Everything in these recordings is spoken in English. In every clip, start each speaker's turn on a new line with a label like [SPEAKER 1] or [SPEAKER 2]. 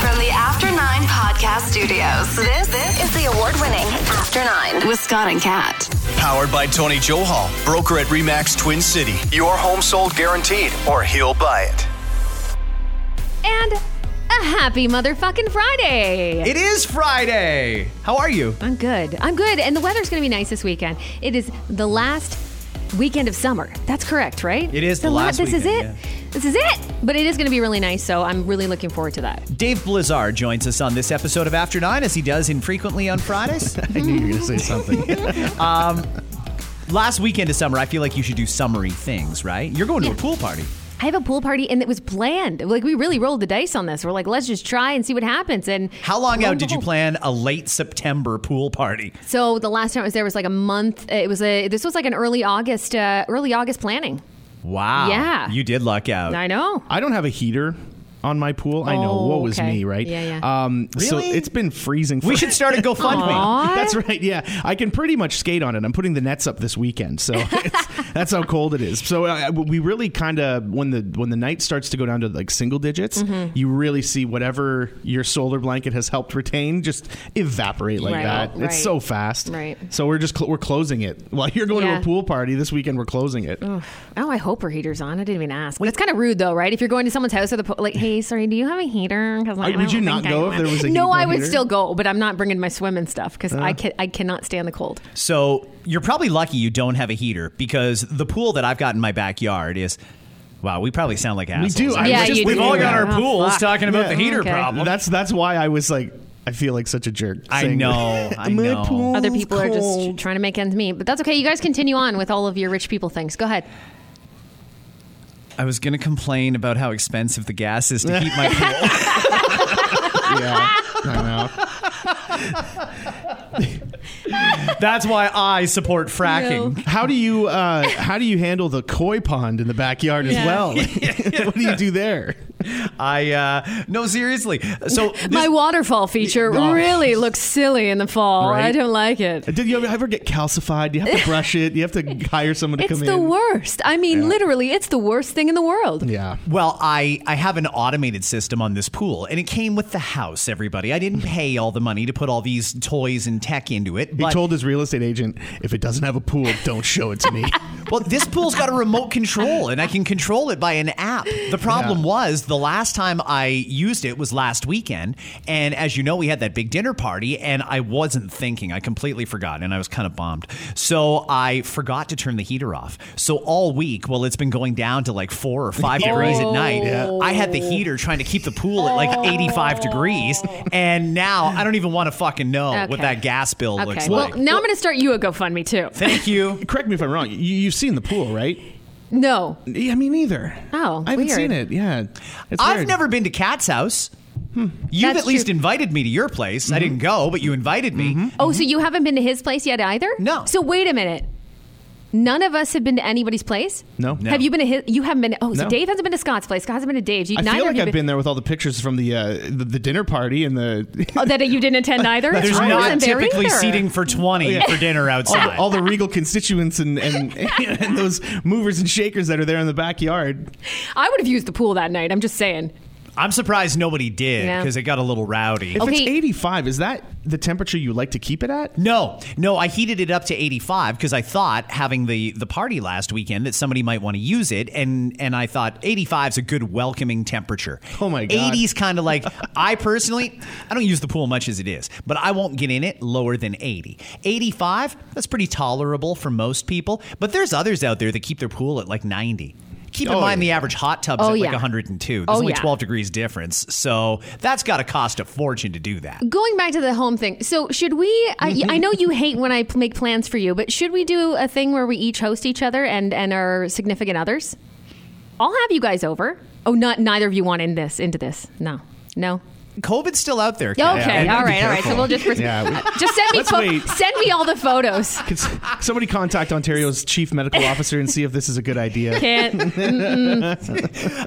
[SPEAKER 1] From the After Nine Podcast Studios, this, this is the award winning After Nine with Scott and Kat.
[SPEAKER 2] Powered by Tony Johal, broker at Remax Twin City. Your home sold guaranteed, or he'll buy it.
[SPEAKER 3] And a happy motherfucking Friday.
[SPEAKER 4] It is Friday. How are you?
[SPEAKER 3] I'm good. I'm good. And the weather's going to be nice this weekend. It is the last weekend of summer. That's correct, right?
[SPEAKER 4] It is the
[SPEAKER 3] la-
[SPEAKER 4] last
[SPEAKER 3] This is it.
[SPEAKER 4] weekend,
[SPEAKER 3] This is it. But it is going to be really nice. So I'm really looking forward to that.
[SPEAKER 4] Dave Blizzard joins us on this episode of After Nine, as he does infrequently on Fridays. Um,
[SPEAKER 5] I knew you were going to say something.
[SPEAKER 4] Last weekend of summer, I feel like you should do summery things, right? You're going to a pool party.
[SPEAKER 3] I have a pool party and it was planned. Like we really rolled the dice on this. We're like, let's just try and see what happens. And
[SPEAKER 4] How long
[SPEAKER 3] lo
[SPEAKER 4] out
[SPEAKER 3] and
[SPEAKER 4] did you
[SPEAKER 3] behold-
[SPEAKER 4] plan a late September pool party?
[SPEAKER 3] So the last time I was there was like a month. It was a this was like an early August uh, early August planning.
[SPEAKER 4] Wow.
[SPEAKER 3] Yeah.
[SPEAKER 4] You did luck out.
[SPEAKER 3] I know.
[SPEAKER 5] I don't have a heater on my pool. I know.
[SPEAKER 3] Oh,
[SPEAKER 5] Woe was
[SPEAKER 3] okay.
[SPEAKER 5] me, right?
[SPEAKER 3] Yeah, yeah.
[SPEAKER 5] Um, So
[SPEAKER 4] Really?
[SPEAKER 5] it's been freezing. For
[SPEAKER 4] We should start a GoFundMe.
[SPEAKER 3] Aw.
[SPEAKER 5] That's right. Yeah, I can pretty much skate on it. I'm putting the nets up this weekend, so it's, that's how cold it is. So uh, we really kind of when the when the night starts to go down to like single digits,
[SPEAKER 3] Mm-hmm.
[SPEAKER 5] you really see whatever your solar blanket has helped retain just evaporate like
[SPEAKER 3] Right.
[SPEAKER 5] that.
[SPEAKER 3] Right.
[SPEAKER 5] It's so fast.
[SPEAKER 3] Right.
[SPEAKER 5] So we're just cl- we're closing it while you're going
[SPEAKER 3] Yeah.
[SPEAKER 5] to a pool party this weekend. We're closing it.
[SPEAKER 3] Oh, I hope her heater's on. I didn't even ask. But it's kind of rude, though, right? If you're going to someone's house with a po- like, hey, sorry, do you have a heater? 'Cause I
[SPEAKER 5] Uh, would you
[SPEAKER 3] don't
[SPEAKER 5] not
[SPEAKER 3] think I
[SPEAKER 5] go if
[SPEAKER 3] do."
[SPEAKER 5] there was a
[SPEAKER 3] No,
[SPEAKER 5] heat- no
[SPEAKER 3] I would
[SPEAKER 5] heater? Uh.
[SPEAKER 3] still go, but I'm not bringing my swimming stuff because I can I cannot stand the cold.
[SPEAKER 4] So you're probably lucky you don't have a heater because the pool that I've got in my backyard is. Wow, we probably sound like assholes.
[SPEAKER 5] do. I
[SPEAKER 3] Yeah,
[SPEAKER 5] was just
[SPEAKER 3] you do.
[SPEAKER 4] We've all got our
[SPEAKER 3] Oh,
[SPEAKER 4] pools
[SPEAKER 3] fuck.
[SPEAKER 4] talking about the
[SPEAKER 5] Yeah.
[SPEAKER 4] heater
[SPEAKER 3] Okay.
[SPEAKER 4] problem.
[SPEAKER 5] That's that's why I was like, I feel like such a jerk.
[SPEAKER 4] I
[SPEAKER 5] saying
[SPEAKER 4] know,
[SPEAKER 5] that.
[SPEAKER 4] I
[SPEAKER 5] My
[SPEAKER 4] know.
[SPEAKER 5] pool's
[SPEAKER 3] Other people are just
[SPEAKER 5] cold.
[SPEAKER 3] trying to make ends meet, but that's okay. You guys continue on with all of your rich people things. Go ahead.
[SPEAKER 4] I was going to complain about how expensive the gas is to heat my pool.
[SPEAKER 5] yeah, I know.
[SPEAKER 4] That's why I support fracking.
[SPEAKER 5] How do you uh, how do you handle the koi pond in the backyard
[SPEAKER 3] Yeah.
[SPEAKER 5] as well? what do you do there?
[SPEAKER 4] I uh no seriously. So this-
[SPEAKER 3] my waterfall feature
[SPEAKER 5] Oh.
[SPEAKER 3] really looks silly in the fall.
[SPEAKER 5] Right?
[SPEAKER 3] I don't like it.
[SPEAKER 5] Did you ever get calcified? Do you have to brush it? Do you have to hire someone to
[SPEAKER 3] It's
[SPEAKER 5] come
[SPEAKER 3] the
[SPEAKER 5] in?
[SPEAKER 3] worst. I mean, literally, it's the worst thing in the world.
[SPEAKER 5] Yeah.
[SPEAKER 4] well, I I have an automated system on this pool, and it came with the house. Everybody, I didn't pay all the money to put all these toys and tech into it.
[SPEAKER 5] He
[SPEAKER 4] But
[SPEAKER 5] told his real estate agent, if it doesn't have a pool, don't show it to me.
[SPEAKER 4] well, this pool's got a remote control, and I can control it by an app. The problem
[SPEAKER 5] Yeah.
[SPEAKER 4] was the last time I used it was last weekend, and as you know, we had that big dinner party, and I wasn't thinking. I completely forgot, and I was kind of bummed. So I forgot to turn the heater off. So all week, well, it's been going down to like four or five degrees at night.
[SPEAKER 5] Yeah.
[SPEAKER 4] I had the heater trying to keep the pool at like 85 degrees, and now I don't even want to fucking know what
[SPEAKER 3] Okay.
[SPEAKER 4] that gas bill looks
[SPEAKER 3] Okay. Well,
[SPEAKER 4] like.
[SPEAKER 3] now I'm going to start you a GoFundMe too.
[SPEAKER 4] Thank you.
[SPEAKER 5] Correct me if I'm wrong. You, you've seen the pool, right?
[SPEAKER 3] No,
[SPEAKER 5] Yeah, me neither.
[SPEAKER 3] Oh,
[SPEAKER 5] I haven't
[SPEAKER 3] weird.
[SPEAKER 5] seen it. Yeah, It's
[SPEAKER 4] I've
[SPEAKER 5] weird. Hmm.
[SPEAKER 4] never been to Kat's house. You've
[SPEAKER 3] That's
[SPEAKER 4] at least
[SPEAKER 3] true.
[SPEAKER 4] invited me to your place.
[SPEAKER 5] Mm-hmm.
[SPEAKER 4] I didn't go, but you invited me.
[SPEAKER 3] Oh, so you haven't been to his place yet either?
[SPEAKER 4] No.
[SPEAKER 3] So wait a minute. None of us have been to anybody's place.
[SPEAKER 5] No.
[SPEAKER 3] Have you been to his? You haven't been. Oh, so
[SPEAKER 5] No.
[SPEAKER 3] Dave hasn't been to Scott's place. Scott hasn't been to Dave's. You,
[SPEAKER 5] I
[SPEAKER 3] neither
[SPEAKER 5] feel
[SPEAKER 3] of
[SPEAKER 5] like
[SPEAKER 3] you
[SPEAKER 5] I've been there with all the pictures from the uh, the, the dinner party and the
[SPEAKER 3] Oh, that you didn't attend either.
[SPEAKER 4] There's
[SPEAKER 3] I
[SPEAKER 4] not
[SPEAKER 3] wasn't there
[SPEAKER 4] typically
[SPEAKER 3] either.
[SPEAKER 4] seating for 20 for dinner
[SPEAKER 5] Oh, all,
[SPEAKER 4] outside.
[SPEAKER 5] the, all the regal constituents and, and and those movers and shakers that are there in the backyard.
[SPEAKER 3] I would have used the pool that night. I'm just saying.
[SPEAKER 4] I'm surprised nobody did
[SPEAKER 3] Yeah.
[SPEAKER 4] because it got a little rowdy.
[SPEAKER 5] If
[SPEAKER 3] Okay.
[SPEAKER 5] it's 85, is that the temperature you like to keep it at?
[SPEAKER 4] No, no, I heated it up to 85 because I thought having the the party last weekend that somebody might want to use it and and I thought 85 is a good welcoming temperature.
[SPEAKER 5] Oh my God.
[SPEAKER 4] 80's kind of like I personally I don't use the pool much as it is, but I won't get in it lower than 80. 85, that's pretty tolerable for most people, but there's others out there that keep their pool at like 90. Keep in
[SPEAKER 5] Oh,
[SPEAKER 4] mind the
[SPEAKER 5] yeah.
[SPEAKER 4] average hot tub's
[SPEAKER 3] Oh,
[SPEAKER 4] at
[SPEAKER 3] yeah.
[SPEAKER 4] like 102. There's
[SPEAKER 3] Oh,
[SPEAKER 4] only
[SPEAKER 3] yeah.
[SPEAKER 4] 12 degrees difference. So that's got to cost a fortune to do that.
[SPEAKER 3] Going back to the home thing. So should we? I,
[SPEAKER 5] Mm-hmm.
[SPEAKER 3] I know you hate when I p- make plans for you, but should we do a thing where we each host each other and and our significant others? I'll have you guys over. Oh, not neither of you want in this into this. No, no.
[SPEAKER 4] COVID's still out there.
[SPEAKER 3] Okay,
[SPEAKER 4] Kat. And
[SPEAKER 3] all
[SPEAKER 4] be
[SPEAKER 3] right, all right. So
[SPEAKER 4] careful.
[SPEAKER 3] we'll just pres-
[SPEAKER 5] Yeah, we-
[SPEAKER 3] just send me
[SPEAKER 5] Let's
[SPEAKER 3] pho-
[SPEAKER 5] wait.
[SPEAKER 3] send me all the photos.
[SPEAKER 5] Could s- somebody contact Ontario's chief medical officer and see if this is a good idea?
[SPEAKER 3] Can't.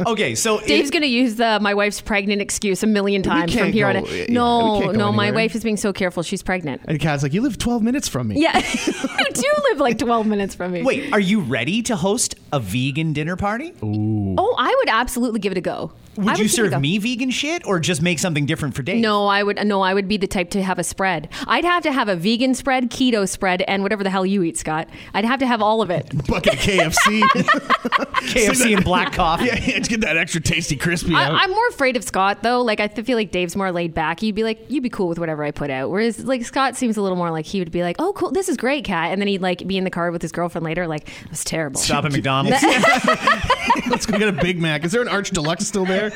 [SPEAKER 4] okay, so
[SPEAKER 3] Dave's
[SPEAKER 4] it,
[SPEAKER 3] gonna use the my wife's pregnant excuse a million times from
[SPEAKER 5] can't
[SPEAKER 3] here
[SPEAKER 5] go-
[SPEAKER 3] on.
[SPEAKER 5] yeah,
[SPEAKER 3] out. No,
[SPEAKER 5] we can't go
[SPEAKER 3] no, my
[SPEAKER 5] anywhere.
[SPEAKER 3] wife is being so careful. She's pregnant.
[SPEAKER 5] And Kat's like, you live 12 minutes from me.
[SPEAKER 3] Yeah, you do live like twelve minutes from me.
[SPEAKER 4] wait, are you ready to host a vegan dinner party?
[SPEAKER 3] Oh, I would absolutely give it a go. I
[SPEAKER 4] Would you
[SPEAKER 3] give it a
[SPEAKER 4] serve
[SPEAKER 3] go.
[SPEAKER 4] me vegan shit or just make something different for Dave?
[SPEAKER 3] No, I would no, I would be the type to have a spread. I'd have to have a vegan spread, keto spread, and whatever the hell you eat, Scott. I'd have to have all of it.
[SPEAKER 5] Bucket of KFC.
[SPEAKER 4] KFC and black coffee.
[SPEAKER 5] yeah, yeah, to get that extra tasty crispy out.
[SPEAKER 3] I, I'm more afraid of Scott though. Like I th- feel like Dave's more laid back. You'd be like, you'd be cool with whatever I put out. Whereas like Scott seems a little more like he would be like, oh cool, this is great, Kat, and then he'd like be in the car with his girlfriend later, like it was terrible.
[SPEAKER 4] Stop at McDonald's.
[SPEAKER 5] Let's go get a Big Mac. Is there an Arch Deluxe still there?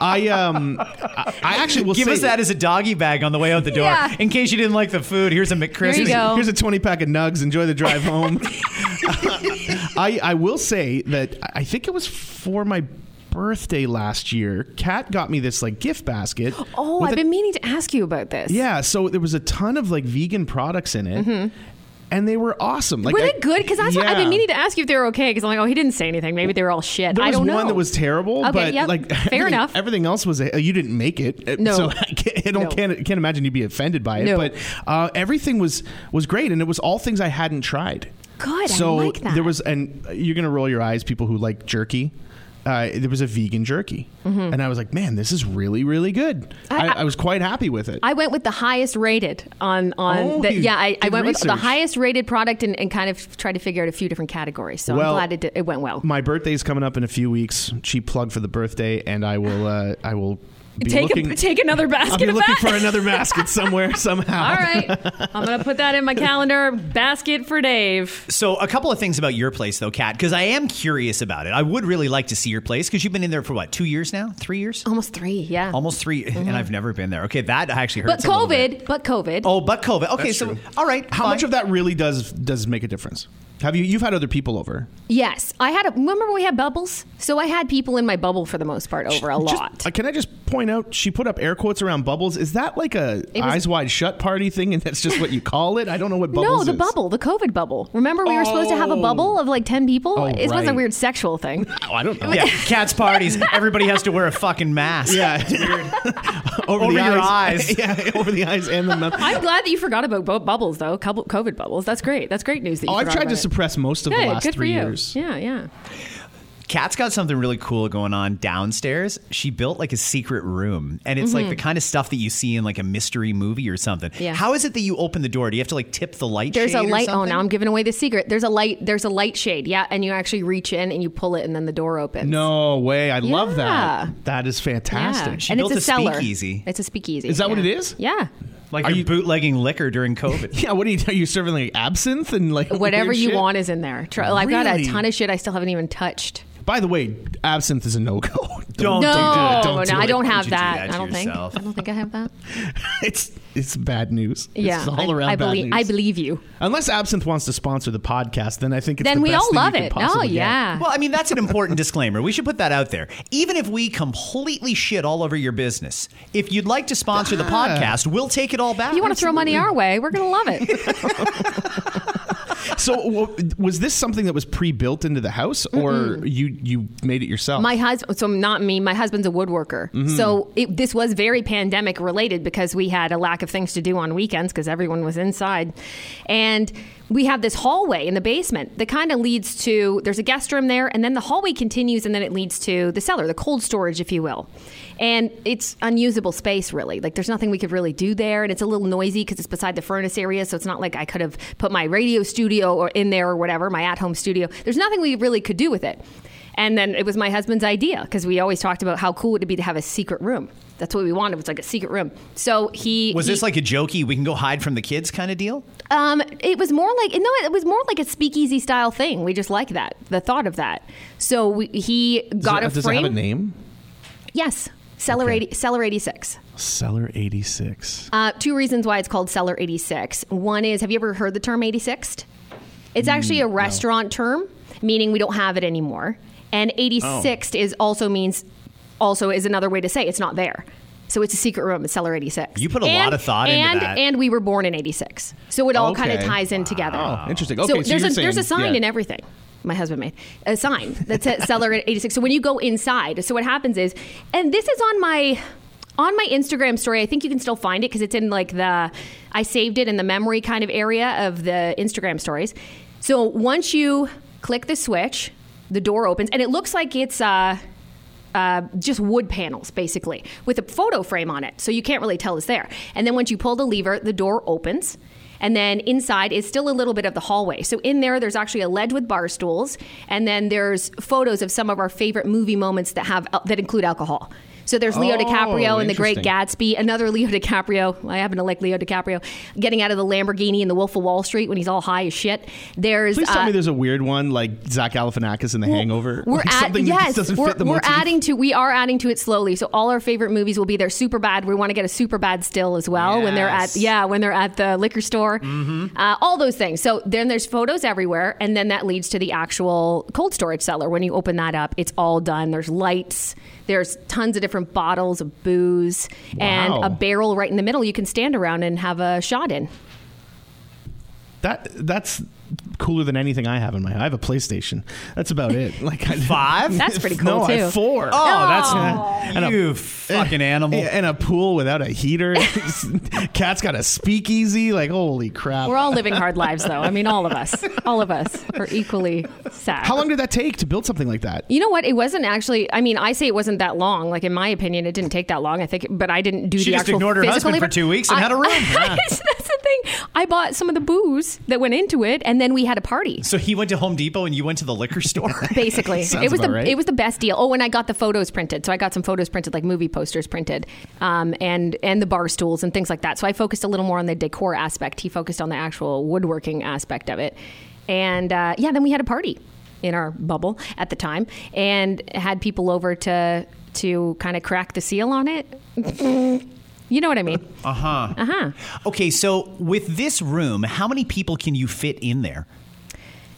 [SPEAKER 5] I um, I, I actually will
[SPEAKER 4] Give
[SPEAKER 5] say
[SPEAKER 4] us that as a doggy bag on the way out the door.
[SPEAKER 3] Yeah.
[SPEAKER 4] In case you didn't like the food, here's a McCrispy.
[SPEAKER 3] There you go.
[SPEAKER 5] Here's a 20 pack of nugs. Enjoy the drive home. I, I will say that I think it was for my birthday last year. Kat got me this like gift basket.
[SPEAKER 3] Oh,
[SPEAKER 5] with
[SPEAKER 3] I've
[SPEAKER 5] a-
[SPEAKER 3] been meaning to ask you about this.
[SPEAKER 5] Yeah, so there was a ton of like vegan products in it. And they were awesome. Like
[SPEAKER 3] Mm-hmm. Were
[SPEAKER 5] I-
[SPEAKER 3] they good? Because that's what I've
[SPEAKER 5] Yeah.
[SPEAKER 3] been meaning to ask you if they were okay. Because I'm like, oh, he didn't say anything. Maybe they were all shit.
[SPEAKER 5] There
[SPEAKER 3] I
[SPEAKER 5] was
[SPEAKER 3] don't know.
[SPEAKER 5] one that was terrible,
[SPEAKER 3] Okay,
[SPEAKER 5] but
[SPEAKER 3] yep.
[SPEAKER 5] like
[SPEAKER 3] Fair
[SPEAKER 5] everything-
[SPEAKER 3] enough.
[SPEAKER 5] Everything else was uh, you didn't make it, Uh,
[SPEAKER 3] No.
[SPEAKER 5] so I can't, I don't
[SPEAKER 3] No.
[SPEAKER 5] can't, can't imagine you'd be offended by it.
[SPEAKER 3] No.
[SPEAKER 5] But uh, everything was was great, and it was all things I hadn't tried.
[SPEAKER 3] Good, Oh, I
[SPEAKER 5] So
[SPEAKER 3] like that.
[SPEAKER 5] there was, and you're gonna roll your eyes, people who like jerky. Uh, there was a vegan jerky, and I was like, "Man, this is really, really good." I,
[SPEAKER 3] Mm-hmm. I-
[SPEAKER 5] I, was quite happy with it.
[SPEAKER 3] I went with the highest rated on on
[SPEAKER 5] Oh,
[SPEAKER 3] the,
[SPEAKER 5] you
[SPEAKER 3] yeah I, I
[SPEAKER 5] did
[SPEAKER 3] went with the
[SPEAKER 5] research.
[SPEAKER 3] highest rated product and, and kind of tried to figure out a few different categories. So
[SPEAKER 5] Well,
[SPEAKER 3] I'm glad it, did- it went well.
[SPEAKER 5] My birthday's coming up in a few weeks. Cheap plug for the birthday, and I will, uh, I will be
[SPEAKER 3] Take
[SPEAKER 5] looking.
[SPEAKER 3] a, take another
[SPEAKER 5] I'll
[SPEAKER 3] basket
[SPEAKER 5] be
[SPEAKER 3] of
[SPEAKER 5] looking
[SPEAKER 3] that.
[SPEAKER 5] for another basket somewhere somehow.
[SPEAKER 3] All right, I'm gonna put that in my calendar. Basket for Dave.
[SPEAKER 4] So, a couple of things about your place, though, Kat, because I am curious about it. I would really like to see your place because you've been in there for what, two years now? Three years?
[SPEAKER 3] Almost three, yeah.
[SPEAKER 4] Almost 3 and I've never been there. Okay, that actually
[SPEAKER 3] Mm-hmm. but
[SPEAKER 4] hurts. a little bit.
[SPEAKER 3] COVID, but COVID.
[SPEAKER 4] Oh, but COVID. Okay, so all right.
[SPEAKER 5] How
[SPEAKER 4] fine.
[SPEAKER 5] much of that really does does make a difference? Have you you've had other people over?
[SPEAKER 3] Yes, I had. A, remember we had bubbles, so I had people in my bubble for the most part over a
[SPEAKER 5] Just-
[SPEAKER 3] lot.
[SPEAKER 5] uh, can I just point out she put up air quotes around bubbles? Is that like a
[SPEAKER 3] was-
[SPEAKER 5] eyes wide shut party thing, and that's just what you call it? I don't know what bubbles.
[SPEAKER 3] no, the
[SPEAKER 5] is.
[SPEAKER 3] bubble, the COVID bubble. Remember, we were supposed to have a bubble of like ten people.
[SPEAKER 5] Oh,
[SPEAKER 3] it was a
[SPEAKER 5] right.
[SPEAKER 3] weird sexual thing.
[SPEAKER 5] Oh, I don't know.
[SPEAKER 4] Yeah, cats parties. Everybody has to wear a fucking mask.
[SPEAKER 5] Yeah. over
[SPEAKER 4] Over
[SPEAKER 5] the
[SPEAKER 4] your
[SPEAKER 5] eyes.
[SPEAKER 4] eyes.
[SPEAKER 5] yeah, over the eyes and the mouth.
[SPEAKER 3] I'm glad that you forgot about bo- bubbles, though. Couple- COVID bubbles. That's great. That's great news that you
[SPEAKER 5] Oh, I've
[SPEAKER 3] forgot
[SPEAKER 5] tried to
[SPEAKER 3] about it.
[SPEAKER 5] suppress most of
[SPEAKER 3] Good,
[SPEAKER 5] the last
[SPEAKER 3] good
[SPEAKER 5] three
[SPEAKER 3] for you.
[SPEAKER 5] years.
[SPEAKER 3] Yeah, yeah.
[SPEAKER 4] Kat's got something really cool going on downstairs. She built like a secret room, and it's like the kind of stuff that you see in like a mystery movie or something.
[SPEAKER 3] Mm-hmm. Yeah.
[SPEAKER 4] How is it that you open the door? Do you have to like tip the light?
[SPEAKER 3] There's a
[SPEAKER 4] shade or
[SPEAKER 3] light. Oh,
[SPEAKER 4] something?
[SPEAKER 3] now I'm giving away the secret. There's a light. There's a light shade. Yeah, and you actually reach in and you pull it, and then the door opens.
[SPEAKER 5] No way! I love
[SPEAKER 3] Yeah.
[SPEAKER 5] that. That is
[SPEAKER 3] Yeah.
[SPEAKER 5] fantastic.
[SPEAKER 4] She
[SPEAKER 3] and
[SPEAKER 4] built
[SPEAKER 3] it's a,
[SPEAKER 4] a
[SPEAKER 3] cellar.
[SPEAKER 4] speakeasy.
[SPEAKER 3] It's a speakeasy.
[SPEAKER 5] Is that what
[SPEAKER 3] yeah.
[SPEAKER 5] it is?
[SPEAKER 3] Yeah.
[SPEAKER 4] Like
[SPEAKER 5] Are
[SPEAKER 4] you're
[SPEAKER 5] you-
[SPEAKER 4] bootlegging liquor during COVID.
[SPEAKER 5] Yeah. What are you? Are you serving like absinthe and like
[SPEAKER 3] Whatever
[SPEAKER 5] weird
[SPEAKER 3] you
[SPEAKER 5] shit?
[SPEAKER 3] want is in there. Tr- I've got a
[SPEAKER 5] Really?
[SPEAKER 3] ton of shit I still haven't even touched.
[SPEAKER 5] By the way, absinthe is a no go.
[SPEAKER 3] No,
[SPEAKER 4] Don't do that.
[SPEAKER 3] no,
[SPEAKER 5] Oh, Don't do
[SPEAKER 3] I don't
[SPEAKER 5] it.
[SPEAKER 4] Don't
[SPEAKER 3] have
[SPEAKER 4] you do
[SPEAKER 3] that.
[SPEAKER 4] that to
[SPEAKER 3] I don't
[SPEAKER 4] yourself.
[SPEAKER 3] think. I don't think I have that.
[SPEAKER 5] It's it's bad news.
[SPEAKER 3] Yeah,
[SPEAKER 5] it's all
[SPEAKER 3] I,
[SPEAKER 5] around
[SPEAKER 3] I
[SPEAKER 5] bad
[SPEAKER 3] believe.
[SPEAKER 5] news.
[SPEAKER 3] I believe you.
[SPEAKER 5] Unless Absinthe wants to sponsor the podcast, then I think it's
[SPEAKER 3] Then
[SPEAKER 5] the
[SPEAKER 3] we
[SPEAKER 5] best
[SPEAKER 3] all
[SPEAKER 5] thing you
[SPEAKER 3] love
[SPEAKER 5] could
[SPEAKER 3] it. Oh
[SPEAKER 5] possibly get.
[SPEAKER 3] yeah.
[SPEAKER 4] Well, I mean, that's an important disclaimer. We should put that out there. Even if we completely shit all over your business, if you'd like to sponsor the podcast, we'll take it all back.
[SPEAKER 3] you want to throw money our way? We're gonna love it.
[SPEAKER 5] So w- was this something that was pre-built into the house, or you you made it yourself?
[SPEAKER 3] My husband, so not me. My husband's a woodworker, so it, this was very pandemic related because we had a lack of things to do on weekends because everyone was inside, and we have this hallway in the basement that kind of leads to there's a guest room there, and then the hallway continues, and then it leads to the cellar, the cold storage, if you will, and it's unusable space really. Like there's nothing we could really do there, and it's a little noisy because it's beside the furnace area, so it's not like I could have put my radio studio or in there or whatever, my at home studio. There's nothing we really could do with it. And then it was my husband's idea because we always talked about how cool it would be to have a secret room. That's what we wanted. It was like a secret room. So he
[SPEAKER 4] Was
[SPEAKER 3] he-
[SPEAKER 4] this like a jokey, we can go hide from the kids kind of deal?
[SPEAKER 3] um, it was more like no, it was more like a speakeasy style thing. We just like that the thought of that. So we, he got
[SPEAKER 5] does it,
[SPEAKER 3] a
[SPEAKER 5] does it
[SPEAKER 3] frame.
[SPEAKER 5] have a name?
[SPEAKER 3] Yes, Cellar eighty, Cellar eighty six.
[SPEAKER 5] Cellar eighty six.
[SPEAKER 3] Uh, two reasons why it's called Cellar 86. One is have you ever heard the term 86th? It's
[SPEAKER 4] Mm,
[SPEAKER 3] actually a restaurant term, meaning we don't have it
[SPEAKER 4] Oh.
[SPEAKER 3] anymore. And 86th is also means also is another way to say it's not there. So it's a secret room. It's cellar 86.
[SPEAKER 4] You put a
[SPEAKER 3] And-
[SPEAKER 4] lot of thought into
[SPEAKER 3] and,
[SPEAKER 4] that.
[SPEAKER 3] And we were born in 86. So it all kind of
[SPEAKER 5] Okay.
[SPEAKER 3] ties in together.
[SPEAKER 5] Oh, interesting. Okay, so,
[SPEAKER 3] there's,
[SPEAKER 5] you're
[SPEAKER 3] a, there's a
[SPEAKER 5] saying-
[SPEAKER 3] sign
[SPEAKER 5] yeah.
[SPEAKER 3] in everything. My husband made a sign that says seller at 86. So when you go inside, so what happens is, and this is on my on my Instagram story. I think you can still find it because it's in like the I saved it in the memory kind of area of the Instagram stories. So once you click the switch, the door opens, and it looks like it's. Uh, uh, just wood panels, basically, with a photo frame on it. So you can't really tell it's there. And then once you pull the lever, the door opens. And then inside is still a little bit of the hallway. So in there, there's actually a ledge with bar stools, and then there's photos of some of our favorite movie moments that have uh, that include alcohol. So there's Leo
[SPEAKER 5] Oh,
[SPEAKER 3] DiCaprio and The Great
[SPEAKER 5] interesting.
[SPEAKER 3] Gatsby. Gatsby, another Leo DiCaprio. I happen to like Leo DiCaprio getting out of the Lamborghini in The Wolf of Wall Street when he's all high as shit. There's
[SPEAKER 5] Please tell
[SPEAKER 3] uh,
[SPEAKER 5] me there's a weird one like Zach Galifianakis in The Hangover.
[SPEAKER 3] we're
[SPEAKER 5] Like,
[SPEAKER 3] at-
[SPEAKER 5] something that
[SPEAKER 3] yes,
[SPEAKER 5] just doesn't
[SPEAKER 3] we're,
[SPEAKER 5] fit the
[SPEAKER 3] we're
[SPEAKER 5] motif.
[SPEAKER 3] adding to we are adding to it slowly. So all our favorite movies will be there. Super bad. We want to get a super bad still as well when they're at
[SPEAKER 4] Yes.
[SPEAKER 3] yeah when they're at the liquor store. Uh, all those things. So then there's photos everywhere, and then that leads to the actual cold storage cellar. When you open that up, it's all done. There's lights. There's tons of different bottles of booze and
[SPEAKER 5] Wow.
[SPEAKER 3] a barrel right in the middle you can stand around and have a shot in.
[SPEAKER 5] that. That's cooler than anything I have in my. I have a PlayStation. That's about it. Like I,
[SPEAKER 4] Five?
[SPEAKER 3] That's pretty cool
[SPEAKER 5] no, I
[SPEAKER 3] too.
[SPEAKER 5] have four.
[SPEAKER 4] Oh, that's
[SPEAKER 5] And a-
[SPEAKER 4] you fucking animal.
[SPEAKER 5] Yeah, and a pool without a heater. Cat's got a speakeasy. Like holy crap!
[SPEAKER 3] We're all living hard lives, though. I mean, all of us, all of us are equally sad.
[SPEAKER 5] How long did that take to build something like that?
[SPEAKER 3] You know what? It wasn't actually. I mean, I say it wasn't that long. Like in my opinion, it didn't take that long. I think, but I didn't do
[SPEAKER 4] She
[SPEAKER 3] the
[SPEAKER 4] just
[SPEAKER 3] actual
[SPEAKER 4] ignored her
[SPEAKER 3] physical
[SPEAKER 4] husband
[SPEAKER 3] labor.
[SPEAKER 4] for two weeks and
[SPEAKER 3] I-
[SPEAKER 4] had a room. Yeah.
[SPEAKER 3] That's the thing. I bought some of the booze that went into it, and then we had a party.
[SPEAKER 4] So he went to Home Depot and you went to the liquor store.
[SPEAKER 3] Basically,
[SPEAKER 5] Sounds
[SPEAKER 3] it was the
[SPEAKER 5] about right.
[SPEAKER 3] it was the best deal. Oh, and I got the photos printed. So I got some photos printed, like movie posters printed, um, and and the bar stools and things like that. So I focused a little more on the decor aspect. He focused on the actual woodworking aspect of it, and uh, yeah, then we had a party in our bubble at the time, and had people over to to kind of crack the seal on it. you know what I mean?
[SPEAKER 5] Uh-huh.
[SPEAKER 3] Uh-huh.
[SPEAKER 4] Okay, so with this room, how many people can you fit in there?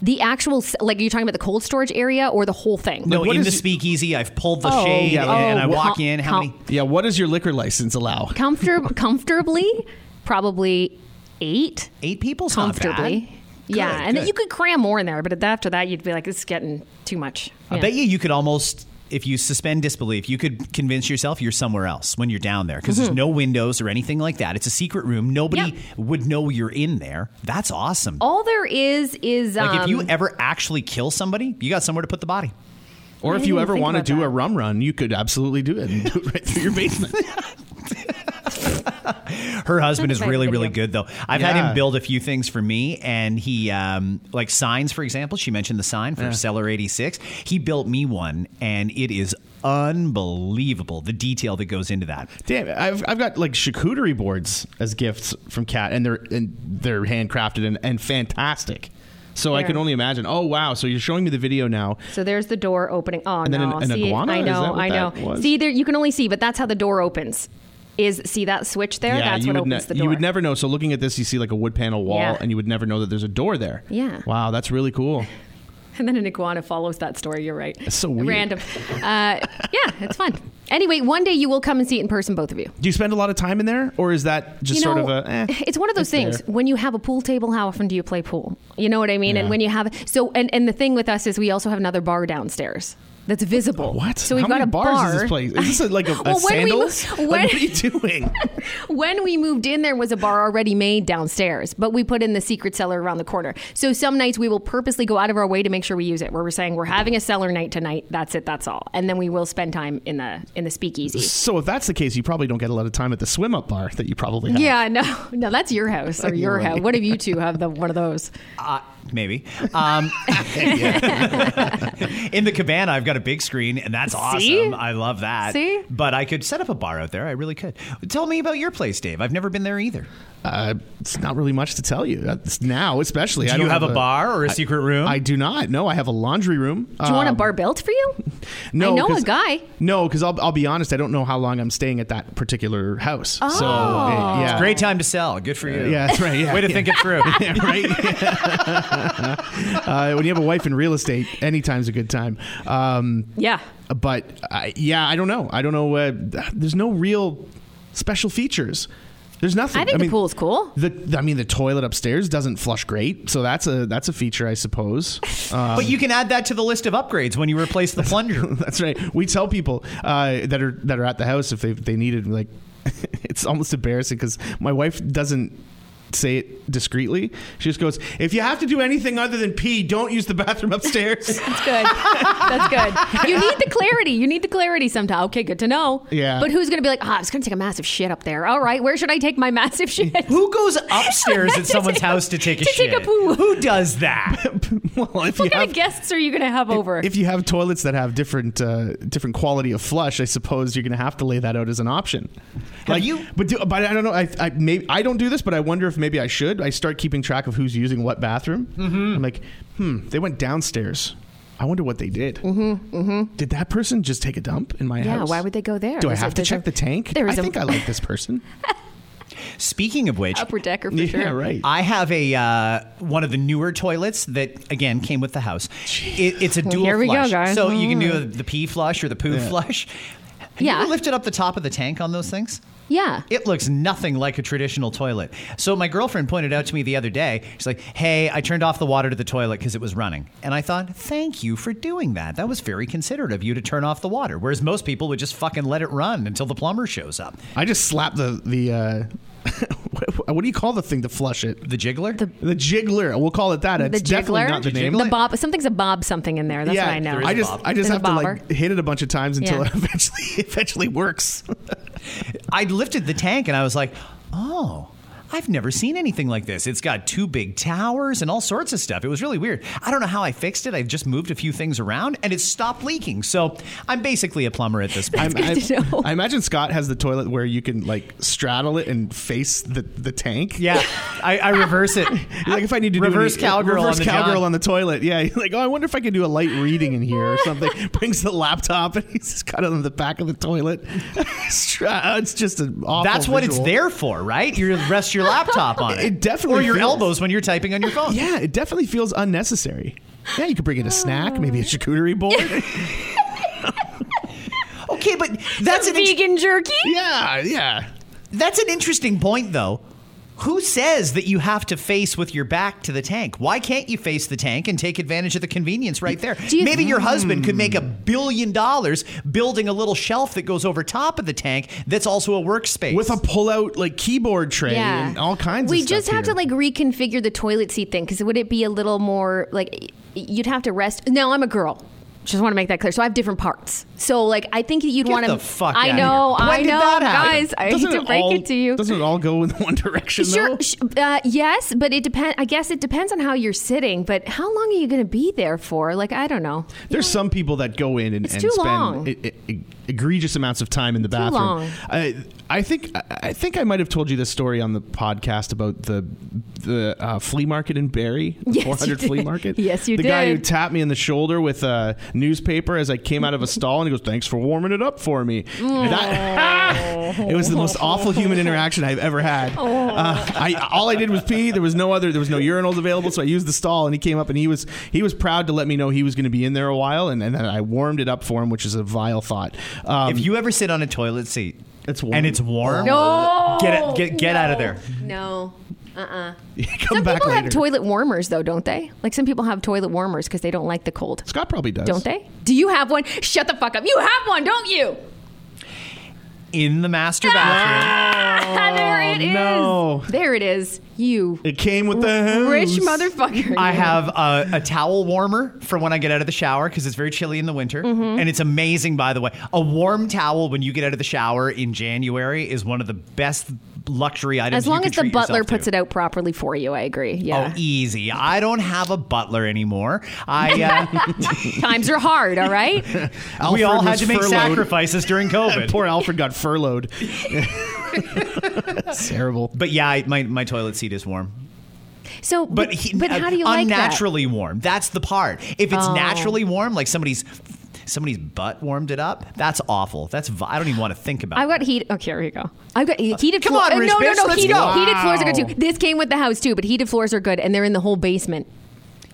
[SPEAKER 3] The actual s- like you're talking about the cold storage area or the whole thing?
[SPEAKER 4] No,
[SPEAKER 5] what
[SPEAKER 4] in
[SPEAKER 5] is
[SPEAKER 4] the
[SPEAKER 5] y-
[SPEAKER 4] speakeasy, I've pulled the
[SPEAKER 3] Oh,
[SPEAKER 4] shade
[SPEAKER 3] yeah,
[SPEAKER 4] and I
[SPEAKER 3] oh,
[SPEAKER 4] walk
[SPEAKER 3] com-
[SPEAKER 4] in. How
[SPEAKER 3] com-
[SPEAKER 4] many?
[SPEAKER 5] Yeah, what does your liquor license allow?
[SPEAKER 3] Comfortab- comfortably, probably eight.
[SPEAKER 4] Eight people?
[SPEAKER 3] comfortably. Yeah,
[SPEAKER 4] Good,
[SPEAKER 3] and then
[SPEAKER 4] good.
[SPEAKER 3] you could cram more in there, but after that, you'd be like, "This is getting too much."
[SPEAKER 4] I bet you you could almost, if you suspend disbelief, you could convince yourself you're somewhere else when you're down there because there's no windows or anything like that. It's a secret room. Nobody
[SPEAKER 3] Mm-hmm. Yeah.
[SPEAKER 4] would know you're in there. That's awesome.
[SPEAKER 3] All there is is um,
[SPEAKER 4] like if you ever actually kill somebody, you got somewhere to put the body.
[SPEAKER 5] Or
[SPEAKER 3] I
[SPEAKER 5] if
[SPEAKER 3] didn't
[SPEAKER 5] you ever
[SPEAKER 3] think
[SPEAKER 5] want to
[SPEAKER 3] about
[SPEAKER 5] do
[SPEAKER 3] that.
[SPEAKER 5] a rum run, you could absolutely do it and do it right through your basement.
[SPEAKER 4] Her husband is
[SPEAKER 3] That's my
[SPEAKER 4] really,
[SPEAKER 3] video.
[SPEAKER 4] really good though. I've had
[SPEAKER 5] Yeah.
[SPEAKER 4] him build a few things for me, and he um, like signs, for example. She mentioned the sign for Cellar eighty six. He built me one, and it is unbelievable the detail that goes into that.
[SPEAKER 5] Damn, I've, I've got like charcuterie boards as gifts from Kat, and they're and they're handcrafted and, and fantastic. So I
[SPEAKER 3] There.
[SPEAKER 5] can only imagine. Oh wow! So you're showing me the video now.
[SPEAKER 3] so there's the door opening. Oh
[SPEAKER 5] then
[SPEAKER 3] no!
[SPEAKER 5] an- an
[SPEAKER 3] see,
[SPEAKER 5] iguana?
[SPEAKER 3] I
[SPEAKER 5] Is that
[SPEAKER 3] know,
[SPEAKER 5] what
[SPEAKER 3] I know.
[SPEAKER 5] that was?
[SPEAKER 3] See, there you can only see, but that's how the door opens. Is see that switch there? that's
[SPEAKER 5] you
[SPEAKER 3] what
[SPEAKER 5] would
[SPEAKER 3] opens
[SPEAKER 5] ne-
[SPEAKER 3] the door.
[SPEAKER 5] you would never know. So looking at this, you see like a wood panel wall,
[SPEAKER 3] Yeah.
[SPEAKER 5] and you would never know that there's a door there.
[SPEAKER 3] Yeah.
[SPEAKER 5] Wow, that's really cool.
[SPEAKER 3] And then an iguana follows that story. You're right.
[SPEAKER 5] That's so weird.
[SPEAKER 3] Random. Uh, yeah, it's fun. Anyway, one day you will come and see it in person, both of you.
[SPEAKER 5] Do you spend a lot of time in there, or is that just
[SPEAKER 3] you know,
[SPEAKER 5] sort of a? Eh,
[SPEAKER 3] it's one of those things.
[SPEAKER 5] there.
[SPEAKER 3] When you have a pool table, how often do you play pool? You know what I mean? And
[SPEAKER 5] Yeah.
[SPEAKER 3] when you have so and, and the thing with us is we also have another bar downstairs that's visible.
[SPEAKER 5] What?
[SPEAKER 3] So we've
[SPEAKER 5] How
[SPEAKER 3] got
[SPEAKER 5] many
[SPEAKER 3] a
[SPEAKER 5] bars
[SPEAKER 3] bar.
[SPEAKER 5] is this place? Is this a, like a, a
[SPEAKER 3] Well, when we mo-
[SPEAKER 5] sandals?
[SPEAKER 3] when-
[SPEAKER 5] Like, what are you doing?
[SPEAKER 3] when we moved in, there was a bar already made downstairs, but we put in the secret cellar around the corner. So some nights we will purposely go out of our way to make sure we use it. Where we're saying we're having a cellar night tonight. That's it. That's all. And then we will spend time in the in the speakeasy.
[SPEAKER 5] so if that's the case, you probably don't get a lot of time at the swim up bar that you probably have.
[SPEAKER 3] Yeah, no, no, that's your house or your
[SPEAKER 5] You're right.
[SPEAKER 3] house. What if you two have the one of those?
[SPEAKER 4] Uh, maybe. Um, in the cabana, I've got a big screen, and that's awesome.
[SPEAKER 3] See?
[SPEAKER 4] I love that.
[SPEAKER 3] See?
[SPEAKER 4] But I could set up a bar out there. I really could. Tell me about your place, Dave. I've never been there either.
[SPEAKER 5] Uh, it's not really much to tell you That's now, especially. I
[SPEAKER 4] Do you
[SPEAKER 5] don't
[SPEAKER 4] have, a, bar or a
[SPEAKER 5] I-
[SPEAKER 4] secret room?
[SPEAKER 5] I do not. No, I have a laundry room.
[SPEAKER 3] Do you want a bar built for you?
[SPEAKER 5] Um, No,
[SPEAKER 3] I know a
[SPEAKER 5] 'cause-
[SPEAKER 3] guy.
[SPEAKER 5] No, because I'll, I'll be honest. I don't know how long I'm staying at that particular house. Oh, so, uh, yeah,
[SPEAKER 4] Great time to sell. Good for you.
[SPEAKER 5] Yeah, that's right. Yeah,
[SPEAKER 4] Way to
[SPEAKER 5] yeah.
[SPEAKER 4] think it through.
[SPEAKER 5] Yeah, right? uh, when you have a wife in real estate, anytime's a good time. Um,
[SPEAKER 3] Yeah.
[SPEAKER 5] but I, yeah, I don't know. I don't know. Uh, there's no real special features. There's nothing.
[SPEAKER 3] I think the
[SPEAKER 5] mean,
[SPEAKER 3] pool's cool.
[SPEAKER 5] The I mean, the toilet upstairs doesn't flush great, so that's a that's a feature, I suppose. Um,
[SPEAKER 4] but you can add that to the list of upgrades when you replace the plunger.
[SPEAKER 5] that's right. We tell people uh, that are that are at the house if they if they need it. Like, it's almost embarrassing because my wife doesn't say it discreetly. She just goes, "If you have to do anything other than pee, don't use the bathroom upstairs."
[SPEAKER 3] That's good. That's good. You need the clarity. You need the clarity sometime. Okay, good to know.
[SPEAKER 5] Yeah.
[SPEAKER 3] But who's going to be like, ah, I'm just going to take a massive shit up there. All right, where should I take my massive shit?
[SPEAKER 4] Who goes upstairs
[SPEAKER 3] To
[SPEAKER 4] at someone's
[SPEAKER 3] take-
[SPEAKER 4] house to take a
[SPEAKER 3] to
[SPEAKER 4] shit?
[SPEAKER 3] take a poo.
[SPEAKER 4] Who does that?
[SPEAKER 5] well,
[SPEAKER 3] what
[SPEAKER 5] if you
[SPEAKER 3] kind
[SPEAKER 5] have
[SPEAKER 3] of guests are you going to have over?
[SPEAKER 5] If you have toilets that have different uh, different quality of flush, I suppose you're going to have to lay that out as an option.
[SPEAKER 4] you-
[SPEAKER 5] but do, but I don't know. I I maybe I don't do this, but I wonder if maybe I should. I start keeping track of who's using what bathroom.
[SPEAKER 3] Mm-hmm.
[SPEAKER 5] I'm like, hmm, they went downstairs. I wonder what they did. Mm-hmm, mm-hmm. Did that person just take a dump in my
[SPEAKER 3] yeah,
[SPEAKER 5] house?
[SPEAKER 3] why would they go there?
[SPEAKER 5] Do I
[SPEAKER 3] There's a-
[SPEAKER 5] have to
[SPEAKER 3] there's
[SPEAKER 5] check
[SPEAKER 3] a-
[SPEAKER 5] the tank?
[SPEAKER 3] There
[SPEAKER 5] I
[SPEAKER 3] is a-
[SPEAKER 5] think I like this person.
[SPEAKER 4] Speaking of which,
[SPEAKER 3] upper decker for
[SPEAKER 5] yeah,
[SPEAKER 3] sure.
[SPEAKER 5] right.
[SPEAKER 4] I have a uh, one of the newer toilets that again came with the house. It, it's a dual
[SPEAKER 3] here we go,
[SPEAKER 4] flush,
[SPEAKER 3] guys. Mm.
[SPEAKER 4] so you can do the pee flush or the poo
[SPEAKER 5] Yeah.
[SPEAKER 4] flush. Have
[SPEAKER 3] Yeah.
[SPEAKER 4] you ever lifted up the top of the tank on those things?
[SPEAKER 3] Yeah.
[SPEAKER 4] It looks nothing like a traditional toilet. So my girlfriend pointed out to me the other day. She's like, "Hey, I turned off the water to the toilet because it was running." And I thought, "Thank you for doing that. That was very considerate of you to turn off the water." Whereas most people would just fucking let it run until the plumber shows up.
[SPEAKER 5] I just slap the the. Uh, what, what do you call the thing to flush it?
[SPEAKER 4] The jiggler.
[SPEAKER 5] The jiggler. We'll call it that. It's
[SPEAKER 3] The
[SPEAKER 5] definitely
[SPEAKER 3] jiggler?
[SPEAKER 5] not the
[SPEAKER 4] The
[SPEAKER 5] name.
[SPEAKER 4] jiggler?
[SPEAKER 3] The bob. Something's a bob something in there. That's what I know.
[SPEAKER 4] there is a
[SPEAKER 5] just
[SPEAKER 4] bob.
[SPEAKER 5] I just
[SPEAKER 3] There's
[SPEAKER 5] have
[SPEAKER 3] a
[SPEAKER 5] to
[SPEAKER 3] bobber.
[SPEAKER 5] like hit it a bunch of times until
[SPEAKER 3] Yeah.
[SPEAKER 5] it eventually eventually works.
[SPEAKER 4] I lifted the tank and I was like, oh. I've never seen anything like this. It's got two big towers and all sorts of stuff. It was really weird. I don't know how I fixed it. I just moved a few things around and it stopped leaking. So I'm basically a plumber at this point.
[SPEAKER 5] I'm- I,
[SPEAKER 3] good to know.
[SPEAKER 5] I imagine Scott has the toilet where you can like straddle it and face the, the tank.
[SPEAKER 4] yeah, I, I reverse it.
[SPEAKER 5] Like if I need to do
[SPEAKER 4] Reverse
[SPEAKER 5] any-
[SPEAKER 4] cowgirl on
[SPEAKER 5] reverse
[SPEAKER 4] the
[SPEAKER 5] cowgirl
[SPEAKER 4] John.
[SPEAKER 5] on the toilet, yeah. He's like, oh, I wonder if I could do a light reading in here or something. Brings the laptop and he's just got it on the back of the toilet. it's tra- it's just an awful.
[SPEAKER 4] That's what
[SPEAKER 5] visual.
[SPEAKER 4] it's there for, right? You rest your laptop on it.
[SPEAKER 5] It definitely
[SPEAKER 4] Or your
[SPEAKER 5] feels-
[SPEAKER 4] elbows when you're typing on your phone.
[SPEAKER 5] Yeah, it definitely feels unnecessary. Yeah, you could bring in a snack, maybe a
[SPEAKER 3] Uh.
[SPEAKER 5] charcuterie board.
[SPEAKER 4] Okay, but that's an, in-
[SPEAKER 3] vegan jerky.
[SPEAKER 5] yeah, yeah.
[SPEAKER 4] that's an interesting point, though. Who says that you have to face with your back to the tank? Why can't you face the tank and take advantage of the convenience right there?
[SPEAKER 3] Do you- Hmm.
[SPEAKER 4] Maybe your husband could make a billion dollars building a little shelf that goes over top of the tank that's also a workspace.
[SPEAKER 5] with a pull-out like keyboard tray
[SPEAKER 3] Yeah.
[SPEAKER 5] and all kinds.
[SPEAKER 3] We
[SPEAKER 5] of
[SPEAKER 3] just
[SPEAKER 5] stuff
[SPEAKER 3] have
[SPEAKER 5] here.
[SPEAKER 3] to like reconfigure the toilet seat thing because would it be a little more like y- you'd have to rest? No, I'm a girl. Just want to make that clear. So I have different parts. So like I think that you'd
[SPEAKER 4] Get
[SPEAKER 3] want
[SPEAKER 4] the fuck
[SPEAKER 3] I
[SPEAKER 4] outta
[SPEAKER 3] know.
[SPEAKER 4] here. When
[SPEAKER 3] I
[SPEAKER 4] did
[SPEAKER 3] know,
[SPEAKER 4] that happen?
[SPEAKER 3] guys. I
[SPEAKER 5] Doesn't
[SPEAKER 3] hate to
[SPEAKER 5] it
[SPEAKER 3] break
[SPEAKER 5] all-
[SPEAKER 3] it to you.
[SPEAKER 5] Doesn't it all go in one direction?
[SPEAKER 3] Sure.
[SPEAKER 5] though?
[SPEAKER 3] sh- Uh, yes, but it depends. I guess it depends on how you're sitting. But how long are you going to be there for? Like I don't know.
[SPEAKER 5] There's some people that go in and,
[SPEAKER 3] It's
[SPEAKER 5] and
[SPEAKER 3] too
[SPEAKER 5] spend
[SPEAKER 3] long.
[SPEAKER 5] e- e- egregious amounts of time in the bathroom.
[SPEAKER 3] long.
[SPEAKER 5] I, I think I- I think I might have told you this story on the podcast about the the uh, flea market in Barrie, the
[SPEAKER 3] Yes, you
[SPEAKER 5] 400 flea
[SPEAKER 3] did.
[SPEAKER 5] market.
[SPEAKER 3] Yes, you
[SPEAKER 5] the guy who
[SPEAKER 3] did.
[SPEAKER 5] tapped me in the shoulder with a newspaper as I came out of a stall, and he goes, "Thanks for warming it up for me." That- it was the most awful human interaction I've ever had. Uh, I all I did was pee. There was no other. There was no urinals available, so I used the stall, and he came up and he was he was proud to let me know he was going to be in there a while, and, and then I warmed it up for him, which is a vile thought. Um,
[SPEAKER 4] if you ever sit on a toilet seat Oh,
[SPEAKER 5] It's warm.
[SPEAKER 4] and it's warm,
[SPEAKER 3] No.
[SPEAKER 4] get it- get- get out of there.
[SPEAKER 3] No. Uh-uh.
[SPEAKER 5] come
[SPEAKER 3] Some
[SPEAKER 5] back
[SPEAKER 3] people
[SPEAKER 5] later.
[SPEAKER 3] have toilet warmers though, don't they? Like some people have toilet warmers because they don't like the cold.
[SPEAKER 5] Scott probably does.
[SPEAKER 3] Don't they? Do you have one? Shut the fuck up. You have one, don't you?
[SPEAKER 4] in the master
[SPEAKER 3] Ah.
[SPEAKER 4] bathroom. Oh,
[SPEAKER 3] there it is.
[SPEAKER 5] no.
[SPEAKER 3] There it is. You
[SPEAKER 5] It came with the hose.
[SPEAKER 3] rich motherfucker.
[SPEAKER 4] I have a, a towel warmer for when I get out of the shower because it's very chilly in the winter.
[SPEAKER 3] Mm-hmm.
[SPEAKER 4] And it's amazing, by the way. A warm towel when you get out of the shower in January is one of the best luxury items.
[SPEAKER 3] As long as the butler puts it out properly for you, I agree.
[SPEAKER 4] Oh,
[SPEAKER 3] Yeah.
[SPEAKER 4] easy. I don't have a butler anymore. I uh,
[SPEAKER 3] Times are hard, all right?
[SPEAKER 4] we all
[SPEAKER 5] Alfred
[SPEAKER 4] had
[SPEAKER 5] was
[SPEAKER 4] to make
[SPEAKER 5] furloughed.
[SPEAKER 4] sacrifices during COVID.
[SPEAKER 5] Poor Alfred got furloughed. That's terrible.
[SPEAKER 4] but yeah, I, my my toilet seat is warm.
[SPEAKER 3] So
[SPEAKER 4] But
[SPEAKER 3] but
[SPEAKER 4] he, uh,
[SPEAKER 3] but how do you like that?
[SPEAKER 4] unnaturally warm? That's the part. If it's
[SPEAKER 3] Oh.
[SPEAKER 4] naturally warm, like somebody's somebody's butt warmed it up, that's awful. That's vi- I don't even want to think about.
[SPEAKER 3] I've
[SPEAKER 4] it.
[SPEAKER 3] got heat. Okay, here we go. I've got he- heated
[SPEAKER 4] Come
[SPEAKER 3] floor-
[SPEAKER 4] on,
[SPEAKER 3] uh,
[SPEAKER 4] rich
[SPEAKER 3] no,
[SPEAKER 4] bitch,
[SPEAKER 3] no, no,
[SPEAKER 4] let's
[SPEAKER 3] Heated,
[SPEAKER 4] go.
[SPEAKER 3] heated floors are good too. This came with the house too, but heated floors are good, and they're in the whole basement.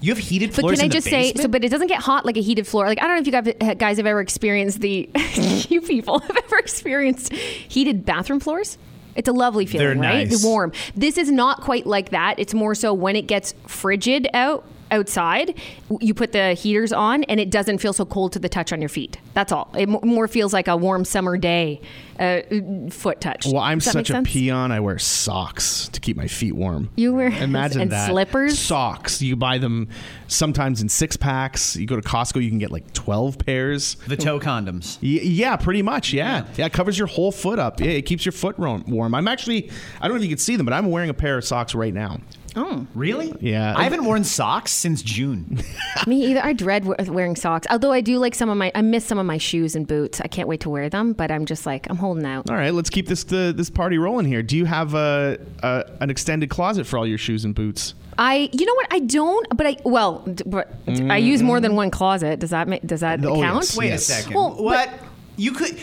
[SPEAKER 4] You have heated
[SPEAKER 3] But
[SPEAKER 4] floors
[SPEAKER 3] can I
[SPEAKER 4] in the
[SPEAKER 3] just say so?
[SPEAKER 4] basement?
[SPEAKER 3] But it doesn't get hot like a heated floor. Like I don't know if you guys- guys have ever experienced the you people have ever experienced heated bathroom floors. It's a lovely feeling,
[SPEAKER 4] They're
[SPEAKER 3] right?
[SPEAKER 4] nice.
[SPEAKER 3] Warm. This is not quite like that. It's more so when it gets frigid out outside, w- you put the heaters on and it doesn't feel so cold to the touch on your feet. That's all. It m- more feels like a warm summer day uh, foot touch.
[SPEAKER 5] Well, I'm
[SPEAKER 3] Does that make
[SPEAKER 5] such a
[SPEAKER 3] sense?
[SPEAKER 5] peon. I wear socks to keep my feet warm.
[SPEAKER 3] You wear-
[SPEAKER 5] imagine
[SPEAKER 3] and
[SPEAKER 5] that
[SPEAKER 3] slippers?
[SPEAKER 5] socks. You buy them sometimes in six packs. You go to Costco, you can get like twelve pairs.
[SPEAKER 4] the toe condoms.
[SPEAKER 5] Y- yeah, pretty much. Yeah. yeah, it covers your whole foot up. Yeah, it keeps your foot ro- warm. I'm actually, I don't know if you can see them, but I'm wearing a pair of socks right now.
[SPEAKER 4] Really?
[SPEAKER 5] Yeah.
[SPEAKER 4] I haven't worn socks since June.
[SPEAKER 3] Me either. I dread we- wearing socks. Although I do like some of my, I miss some of my shoes and boots. I can't wait to wear them, but I'm just like, I'm holding out.
[SPEAKER 5] All right, let's keep this the, this party rolling here. Do you have a, a an extended closet for all your shoes and boots?
[SPEAKER 3] I, you know what? I don't, but I, well, d- but I use more than one closet. Does that make, does that
[SPEAKER 5] Mm-hmm. Oh,
[SPEAKER 3] count?
[SPEAKER 5] yes,
[SPEAKER 4] Wait
[SPEAKER 5] yes.
[SPEAKER 4] a second.
[SPEAKER 3] Well, but-
[SPEAKER 4] what? You could.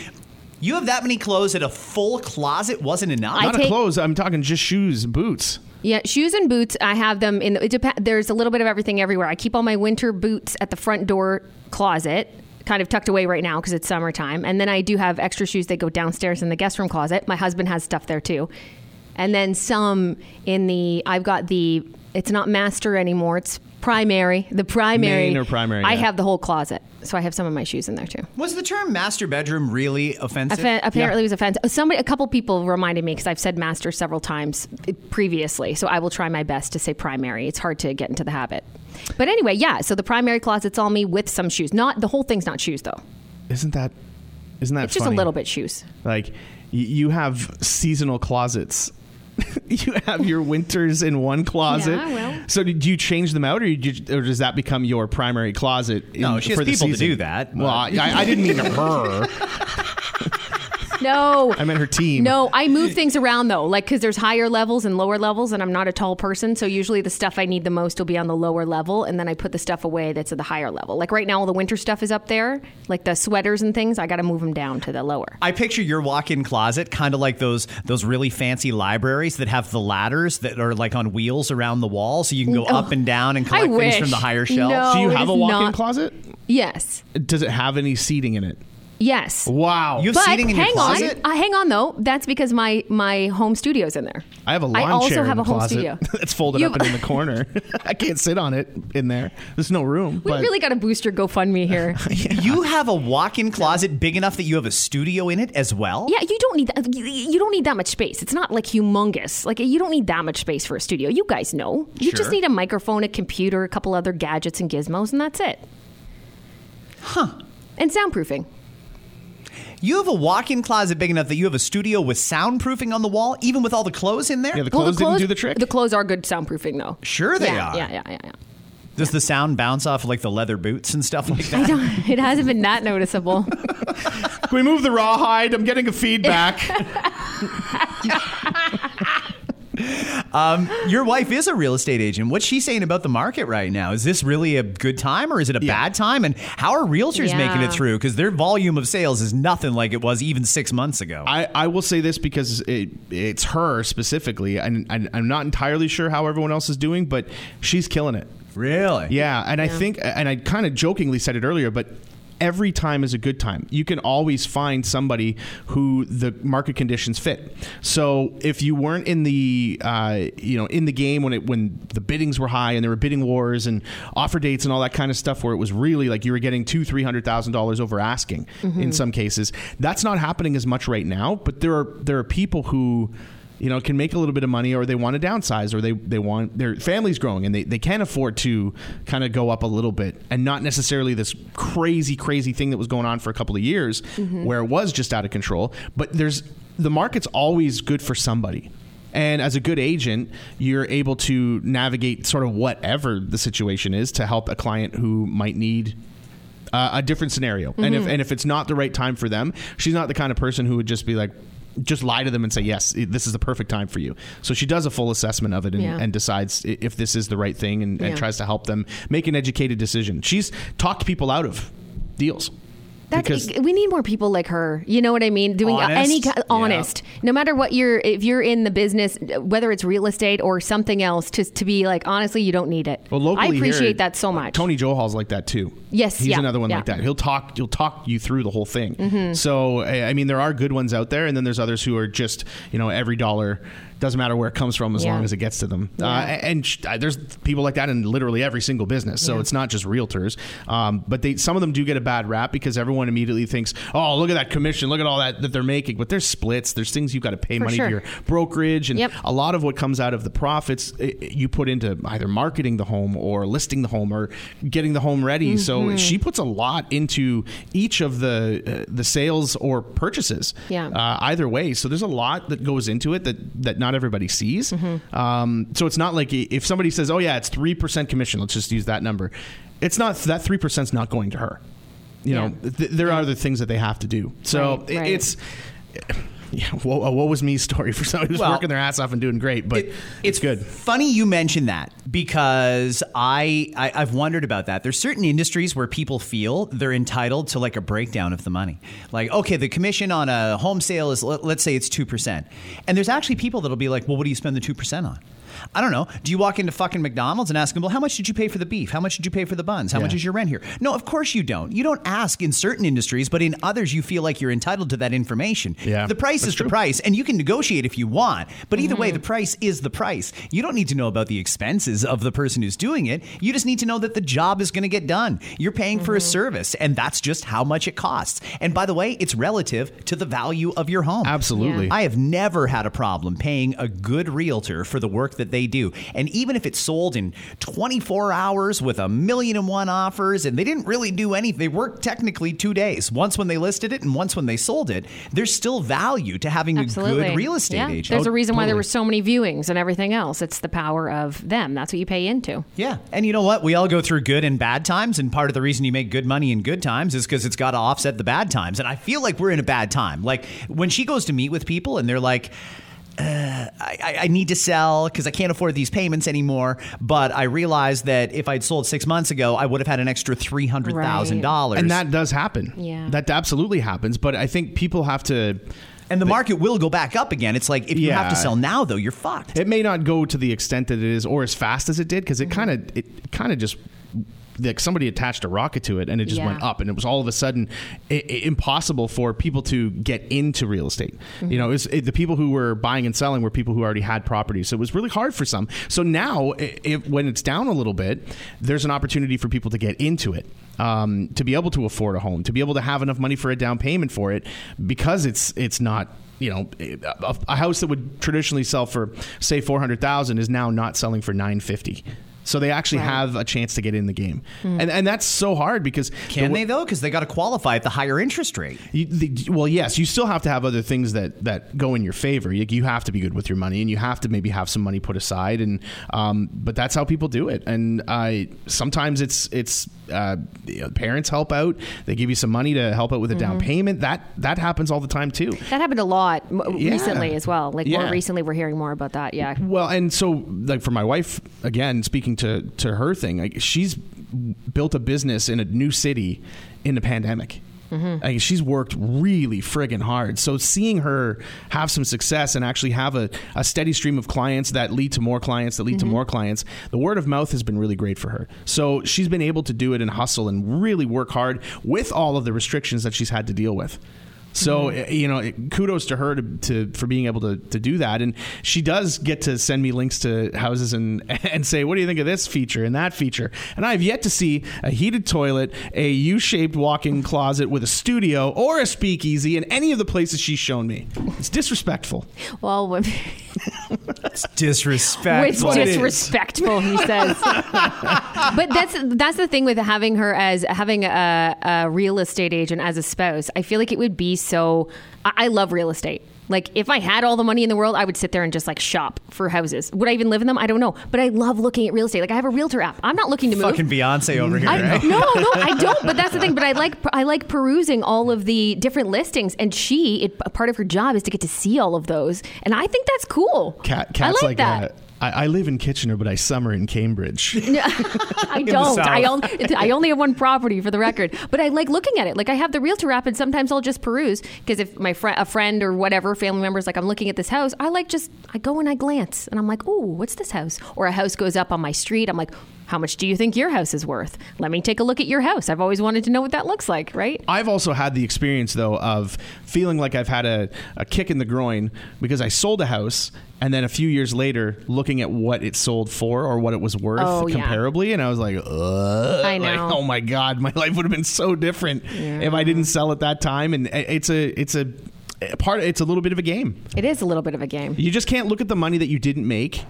[SPEAKER 4] You have that many clothes that a full closet wasn't enough.
[SPEAKER 3] I
[SPEAKER 5] Not
[SPEAKER 3] take-
[SPEAKER 5] a clothes. I'm talking just shoes and boots.
[SPEAKER 3] Yeah, shoes and boots. I have them in. It dep- there's a little bit of everything everywhere. I keep all my winter boots at the front door closet, kind of tucked away right now because it's summertime. And then I do have extra shoes that go downstairs in the guest room closet. My husband has stuff there too, and then some in the. I've got the. It's not master anymore. It's primary. The primary.
[SPEAKER 5] Main or primary,
[SPEAKER 3] I
[SPEAKER 5] yeah.
[SPEAKER 3] have the whole closet, so I have some of my shoes in there too.
[SPEAKER 4] was the term master bedroom really offensive?
[SPEAKER 3] Affe- apparently, it was offensive. Somebody, a couple people reminded me because I've said master several times eh, previously, so I will try my best to say primary. It's hard to get into the habit, but anyway, yeah. So the primary closet's all me with some shoes. Not the whole thing's not shoes though.
[SPEAKER 5] Isn't that isn't that
[SPEAKER 3] It's just a
[SPEAKER 5] funny?
[SPEAKER 3] little bit shoes.
[SPEAKER 5] Like y- you have seasonal closets. you have your winters in one closet.
[SPEAKER 3] Yeah, well.
[SPEAKER 5] So do you change them out, or, you, or does that become your primary closet? in-
[SPEAKER 4] No, she has
[SPEAKER 5] for the
[SPEAKER 4] people to
[SPEAKER 5] season?
[SPEAKER 4] do that,
[SPEAKER 5] Well, I,
[SPEAKER 4] but-
[SPEAKER 5] I didn't mean her.
[SPEAKER 3] No.
[SPEAKER 5] I meant her team.
[SPEAKER 3] No, I move things around though, like because there's higher levels and lower levels, and I'm not a tall person, so usually the stuff I need the most will be on the lower level, and then I put the stuff away that's at the higher level. Like right now, all the winter stuff is up there, like the sweaters and things. I got to move them down to the lower.
[SPEAKER 4] I picture your walk-in closet kind of like those those really fancy libraries that have the ladders that are like on wheels around the wall, so you can go up and down and collect things
[SPEAKER 3] Oh, wish.
[SPEAKER 4] from the higher shelves.
[SPEAKER 3] No.
[SPEAKER 5] Do you
[SPEAKER 3] it
[SPEAKER 5] have a
[SPEAKER 3] is
[SPEAKER 5] walk-in
[SPEAKER 3] not-
[SPEAKER 5] closet?
[SPEAKER 3] Yes.
[SPEAKER 5] Does it have any seating in it?
[SPEAKER 3] Yes.
[SPEAKER 5] Wow.
[SPEAKER 4] You have
[SPEAKER 3] But
[SPEAKER 4] seating in your
[SPEAKER 3] hang on,
[SPEAKER 4] closet.
[SPEAKER 3] uh, hang on though. That's because my my home studio's in there.
[SPEAKER 5] I have a lawn
[SPEAKER 3] I also
[SPEAKER 5] chair
[SPEAKER 3] have
[SPEAKER 5] in
[SPEAKER 3] a
[SPEAKER 5] the
[SPEAKER 3] home
[SPEAKER 5] closet.
[SPEAKER 3] studio.
[SPEAKER 5] it's folded
[SPEAKER 3] You
[SPEAKER 5] up
[SPEAKER 3] have-
[SPEAKER 5] and in the corner. I can't sit on it in there. There's no room.
[SPEAKER 3] We
[SPEAKER 5] but
[SPEAKER 3] really got to boost your GoFundMe here.
[SPEAKER 4] You have a walk-in closet big enough that you have a studio in it as well.
[SPEAKER 3] yeah, you don't need that. You, you don't need that much space. It's not like humongous. Like you don't need that much space for a studio. You guys know. You
[SPEAKER 4] Sure.
[SPEAKER 3] just need a microphone, a computer, a couple other gadgets and gizmos, and that's it. Huh. And soundproofing.
[SPEAKER 4] You have a walk-in closet big enough that you have a studio with soundproofing on the wall, even with all the clothes in there.
[SPEAKER 5] yeah, the clothes,
[SPEAKER 3] Well,
[SPEAKER 5] didn't do the trick.
[SPEAKER 3] The clothes are good soundproofing though.
[SPEAKER 4] Sure they
[SPEAKER 3] Yeah,
[SPEAKER 4] are.
[SPEAKER 3] Yeah, yeah, yeah, yeah.
[SPEAKER 4] Does the sound bounce off like the leather boots and stuff like that?
[SPEAKER 3] It hasn't been that noticeable.
[SPEAKER 5] Can we move the rawhide? I'm getting a feedback.
[SPEAKER 4] Your wife is a real estate agent. What's she saying about the market right now? Is this really a good time or is it a bad time? And how are realtors
[SPEAKER 3] Yeah.
[SPEAKER 4] making it through? Because their volume of sales is nothing like it was even six months ago.
[SPEAKER 5] I, I will say this because it, it's her specifically, and, and I'm not entirely sure how everyone else is doing, but she's killing it.
[SPEAKER 4] really?
[SPEAKER 5] Yeah, and I think, and I kind of jokingly said it earlier, but every time is a good time. You can always find somebody who the market conditions fit. So if you weren't in the, uh, you know, in the game when it when the biddings were high and there were bidding wars and offer dates and all that kind of stuff, where it was really like you were getting two, three hundred thousand dollars over asking in some cases. That's not happening as much right now, but there are there are people who you know, can make a little bit of money or they want to downsize or they, they want their family's growing and they, they can afford to kind of go up a little bit and not necessarily this crazy, crazy thing that was going on for a couple of years where it was just out of control. But there's the market's always good for somebody. And as a good agent, you're able to navigate sort of whatever the situation is to help a client who might need uh, a different scenario. And
[SPEAKER 3] Mm-hmm.
[SPEAKER 5] if and if it's not the right time for them, she's not the kind of person who would just be like just lie to them and say yes i- this is the perfect time for you so she does a full assessment of it and,
[SPEAKER 3] Yeah.
[SPEAKER 5] and decides i- if this is the right thing and,
[SPEAKER 3] Yeah.
[SPEAKER 5] and tries to help them make an educated decision she's talked people out of deals
[SPEAKER 3] That's
[SPEAKER 5] Because-
[SPEAKER 3] we need more people like her. You know what I mean? Doing any
[SPEAKER 4] Honest?
[SPEAKER 3] kind
[SPEAKER 4] Yeah.
[SPEAKER 3] honest. No matter what you're if you're in the business whether it's real estate or something else just to be like honestly you don't need it.
[SPEAKER 5] Well,
[SPEAKER 3] I
[SPEAKER 5] locally
[SPEAKER 3] appreciate
[SPEAKER 5] here,
[SPEAKER 3] that so much.
[SPEAKER 5] Tony Johal's like that too.
[SPEAKER 3] Yes,
[SPEAKER 5] he's
[SPEAKER 3] yeah,
[SPEAKER 5] another one
[SPEAKER 3] yeah. Mm-hmm.
[SPEAKER 5] like that. He'll talk. He'll talk you through the whole thing. So I I mean, there are good ones out there, and then there's others who are just you know every dollar doesn't matter where it comes from as
[SPEAKER 3] Yeah.
[SPEAKER 5] long as it gets to them. Uh, and sh- uh, there's people like that in literally every single business. So it's not just realtors, um, but they some of them do get a bad rap because everyone immediately thinks, oh, look at that commission, look at all that that they're making. But there's splits. There's things you've got to pay
[SPEAKER 3] For
[SPEAKER 5] money
[SPEAKER 3] sure.
[SPEAKER 5] to your brokerage, and
[SPEAKER 3] Yep.
[SPEAKER 5] a lot of what comes out of the profits i you put into either marketing the home or listing the home or getting the home ready.
[SPEAKER 3] Mm-hmm.
[SPEAKER 5] So she puts a lot into each of the uh, the sales or purchases.
[SPEAKER 3] Yeah.
[SPEAKER 5] Uh, either way, so there's a lot that goes into it that that not everybody sees.
[SPEAKER 3] Mm-hmm.
[SPEAKER 5] Um, so it's not like i- if somebody says, "Oh yeah, it's three percent commission." Let's just use that number. It's not that three percent's not going to her. You
[SPEAKER 3] Yeah.
[SPEAKER 5] know, th- there are other things that they have to do. So
[SPEAKER 3] Right,
[SPEAKER 5] i-
[SPEAKER 3] right.
[SPEAKER 5] it's. Yeah, whoa, a what was me story for somebody who's
[SPEAKER 4] Well,
[SPEAKER 5] working their ass off and doing great, but
[SPEAKER 4] It-
[SPEAKER 5] it's, good.
[SPEAKER 4] Funny you mention that because I, I I've wondered about that. There's certain industries where people feel they're entitled to like a breakdown of the money. Like, okay, the commission on a home sale is let, let's say it's two percent, and there's actually people that'll be like, well, what do you spend the two percent on? I don't know. Do you walk into fucking McDonald's and ask them, well, how much did you pay for the beef? How much did you pay for the buns? How much
[SPEAKER 5] Yeah.
[SPEAKER 4] is your rent here? No, of course you don't. You don't ask in certain industries, but in others, you feel like you're entitled to that information.
[SPEAKER 5] Yeah,
[SPEAKER 4] the price
[SPEAKER 5] that's
[SPEAKER 4] is
[SPEAKER 5] true. Mm-hmm.
[SPEAKER 4] the price price, and you can negotiate if you want. But either way, the price is the price. You don't need to know about the expenses of the person who's doing it. You just need to know that the job is going to get done. You're paying for a
[SPEAKER 5] Mm-hmm.
[SPEAKER 4] service, and that's just how much it costs. And by the way, it's relative to the value of your home.
[SPEAKER 5] Absolutely.
[SPEAKER 4] I have never had a problem paying a good realtor for the work that they do. And even if it's sold in 24 hours with a million and one offers and they didn't really do anything, they worked technically two days, once when they listed it and once when they sold it, there's still value to having
[SPEAKER 3] Absolutely.
[SPEAKER 4] a good real estate
[SPEAKER 3] yeah.
[SPEAKER 4] agent.
[SPEAKER 3] There's
[SPEAKER 5] Oh,
[SPEAKER 3] a reason why there were so many viewings and everything else. It's the power of them. That's what you pay into.
[SPEAKER 4] Yeah. And you know what? We all go through good and bad times. And part of the reason you make good money in good times is because it's got to offset the bad times. And I feel like we're in a bad time. Like when she goes to meet with people and they're like, uh, I, I- I need to sell because I can't afford these payments anymore. But I realized that if I'd sold six months ago, I would have had an extra three hundred thousand dollars.
[SPEAKER 5] And that does happen.
[SPEAKER 3] Yeah.
[SPEAKER 5] That absolutely happens, but I think people have to
[SPEAKER 4] and the market will go back up again. It's like if you have to
[SPEAKER 5] Yeah.
[SPEAKER 4] sell now, though, you're fucked.
[SPEAKER 5] it may not go to the extent that it is or as fast as it did because it
[SPEAKER 3] Mm-hmm.
[SPEAKER 5] kind of it kind of just like somebody attached a rocket to it and it just
[SPEAKER 3] Yeah.
[SPEAKER 5] went up and it was all of a sudden i i- impossible for people to get into real estate you know it's, it, the people who were buying and selling were people who already had properties so it was really hard for some so now i if, when it's down a little bit there's an opportunity for people to get into it um, to be able to afford a home to be able to have enough money for a down payment for it because it's it's not you know, a, a house that would traditionally sell for say four hundred thousand is now not selling for nine fifty. So they actually have a chance to get in the game, and and that's so hard because
[SPEAKER 4] Hmm. Can
[SPEAKER 5] the,
[SPEAKER 4] they though? Because they got to qualify at the higher interest rate.
[SPEAKER 5] you, the, well, yes, you still have to have other things that that go in your favor. You, you have to be good with your money, and you have to maybe have some money put aside. And um, but that's how people do it. And I sometimes it's it's uh, you know, parents help out. They give you some money to help out with a down payment. That that happens all the time too.
[SPEAKER 3] That happened a lot m-
[SPEAKER 5] Yeah.
[SPEAKER 3] recently as well. Like more
[SPEAKER 5] Yeah. Mm-hmm.
[SPEAKER 3] recently, we're hearing more about that. Yeah.
[SPEAKER 5] Well, and so like for my wife again, speaking to to her thing, like she's built a business in a new city in the pandemic. Like she's worked really friggin' hard. So seeing her have some success and actually have a, a steady stream of clients that lead to more clients that lead to more clients, the word of mouth has been really great for her. So she's been able to do it and hustle and really work hard with all of the restrictions that she's had to deal with. So uh, you know, it- kudos to her to, to for being able to, to do that, and she does get to send me links to houses and and say, what do you think of this feature and that feature? And I have yet to see a heated toilet, a U-shaped walk-in closet with a studio or a speakeasy in any of the places she's shown me. It's disrespectful.
[SPEAKER 3] Well, with with
[SPEAKER 4] Disrespectful.
[SPEAKER 5] what it is.
[SPEAKER 3] disrespectful, he says. but that's that's the thing with having her as having a, a real estate agent as a spouse. I feel like it would be so. I, I love real estate. Like if I had all the money in the world, I would sit there and just like shop for houses. Would I even live in them? I don't know. But I love looking at real estate. Like I have a realtor app. I'm not looking to move.
[SPEAKER 4] Fucking Beyonce over here,
[SPEAKER 3] I,
[SPEAKER 4] right?
[SPEAKER 3] No, no, I don't. But that's the thing. But I like I like perusing all of the different listings, and she it, a part of her job is to get to see all of those, and I think that's cool.
[SPEAKER 5] Cat,
[SPEAKER 3] I
[SPEAKER 5] cats
[SPEAKER 3] like,
[SPEAKER 5] like,
[SPEAKER 3] that.
[SPEAKER 5] I, I live in Kitchener, but I summer in Cambridge.
[SPEAKER 3] I don't. I
[SPEAKER 4] South.
[SPEAKER 3] only I only have one property for the record, but I like looking at it. Like I have the realtor app, and sometimes I'll just peruse because if my friend, a friend or whatever family member is like, I'm looking at this house, I like just I go and I glance, and I'm like, oh, what's this house? Or a house goes up on my street, I'm like. How much do you think your house is worth? Let me take a look at your house. I've always wanted to know what that looks like, right?
[SPEAKER 5] I've also had the experience though of feeling like I've had a, a kick in the groin because I sold a house and then a few years later looking at what it sold for or what it was worth
[SPEAKER 3] Oh, yeah.
[SPEAKER 5] comparably and I was like, Ugh,
[SPEAKER 3] I
[SPEAKER 5] like,
[SPEAKER 3] know.
[SPEAKER 5] oh my god, my life would have been so different if I didn't sell at that time and i- it's a it's a part it's a little bit of a game.
[SPEAKER 3] It is a little bit of a game.
[SPEAKER 5] You just can't look at the money that you didn't make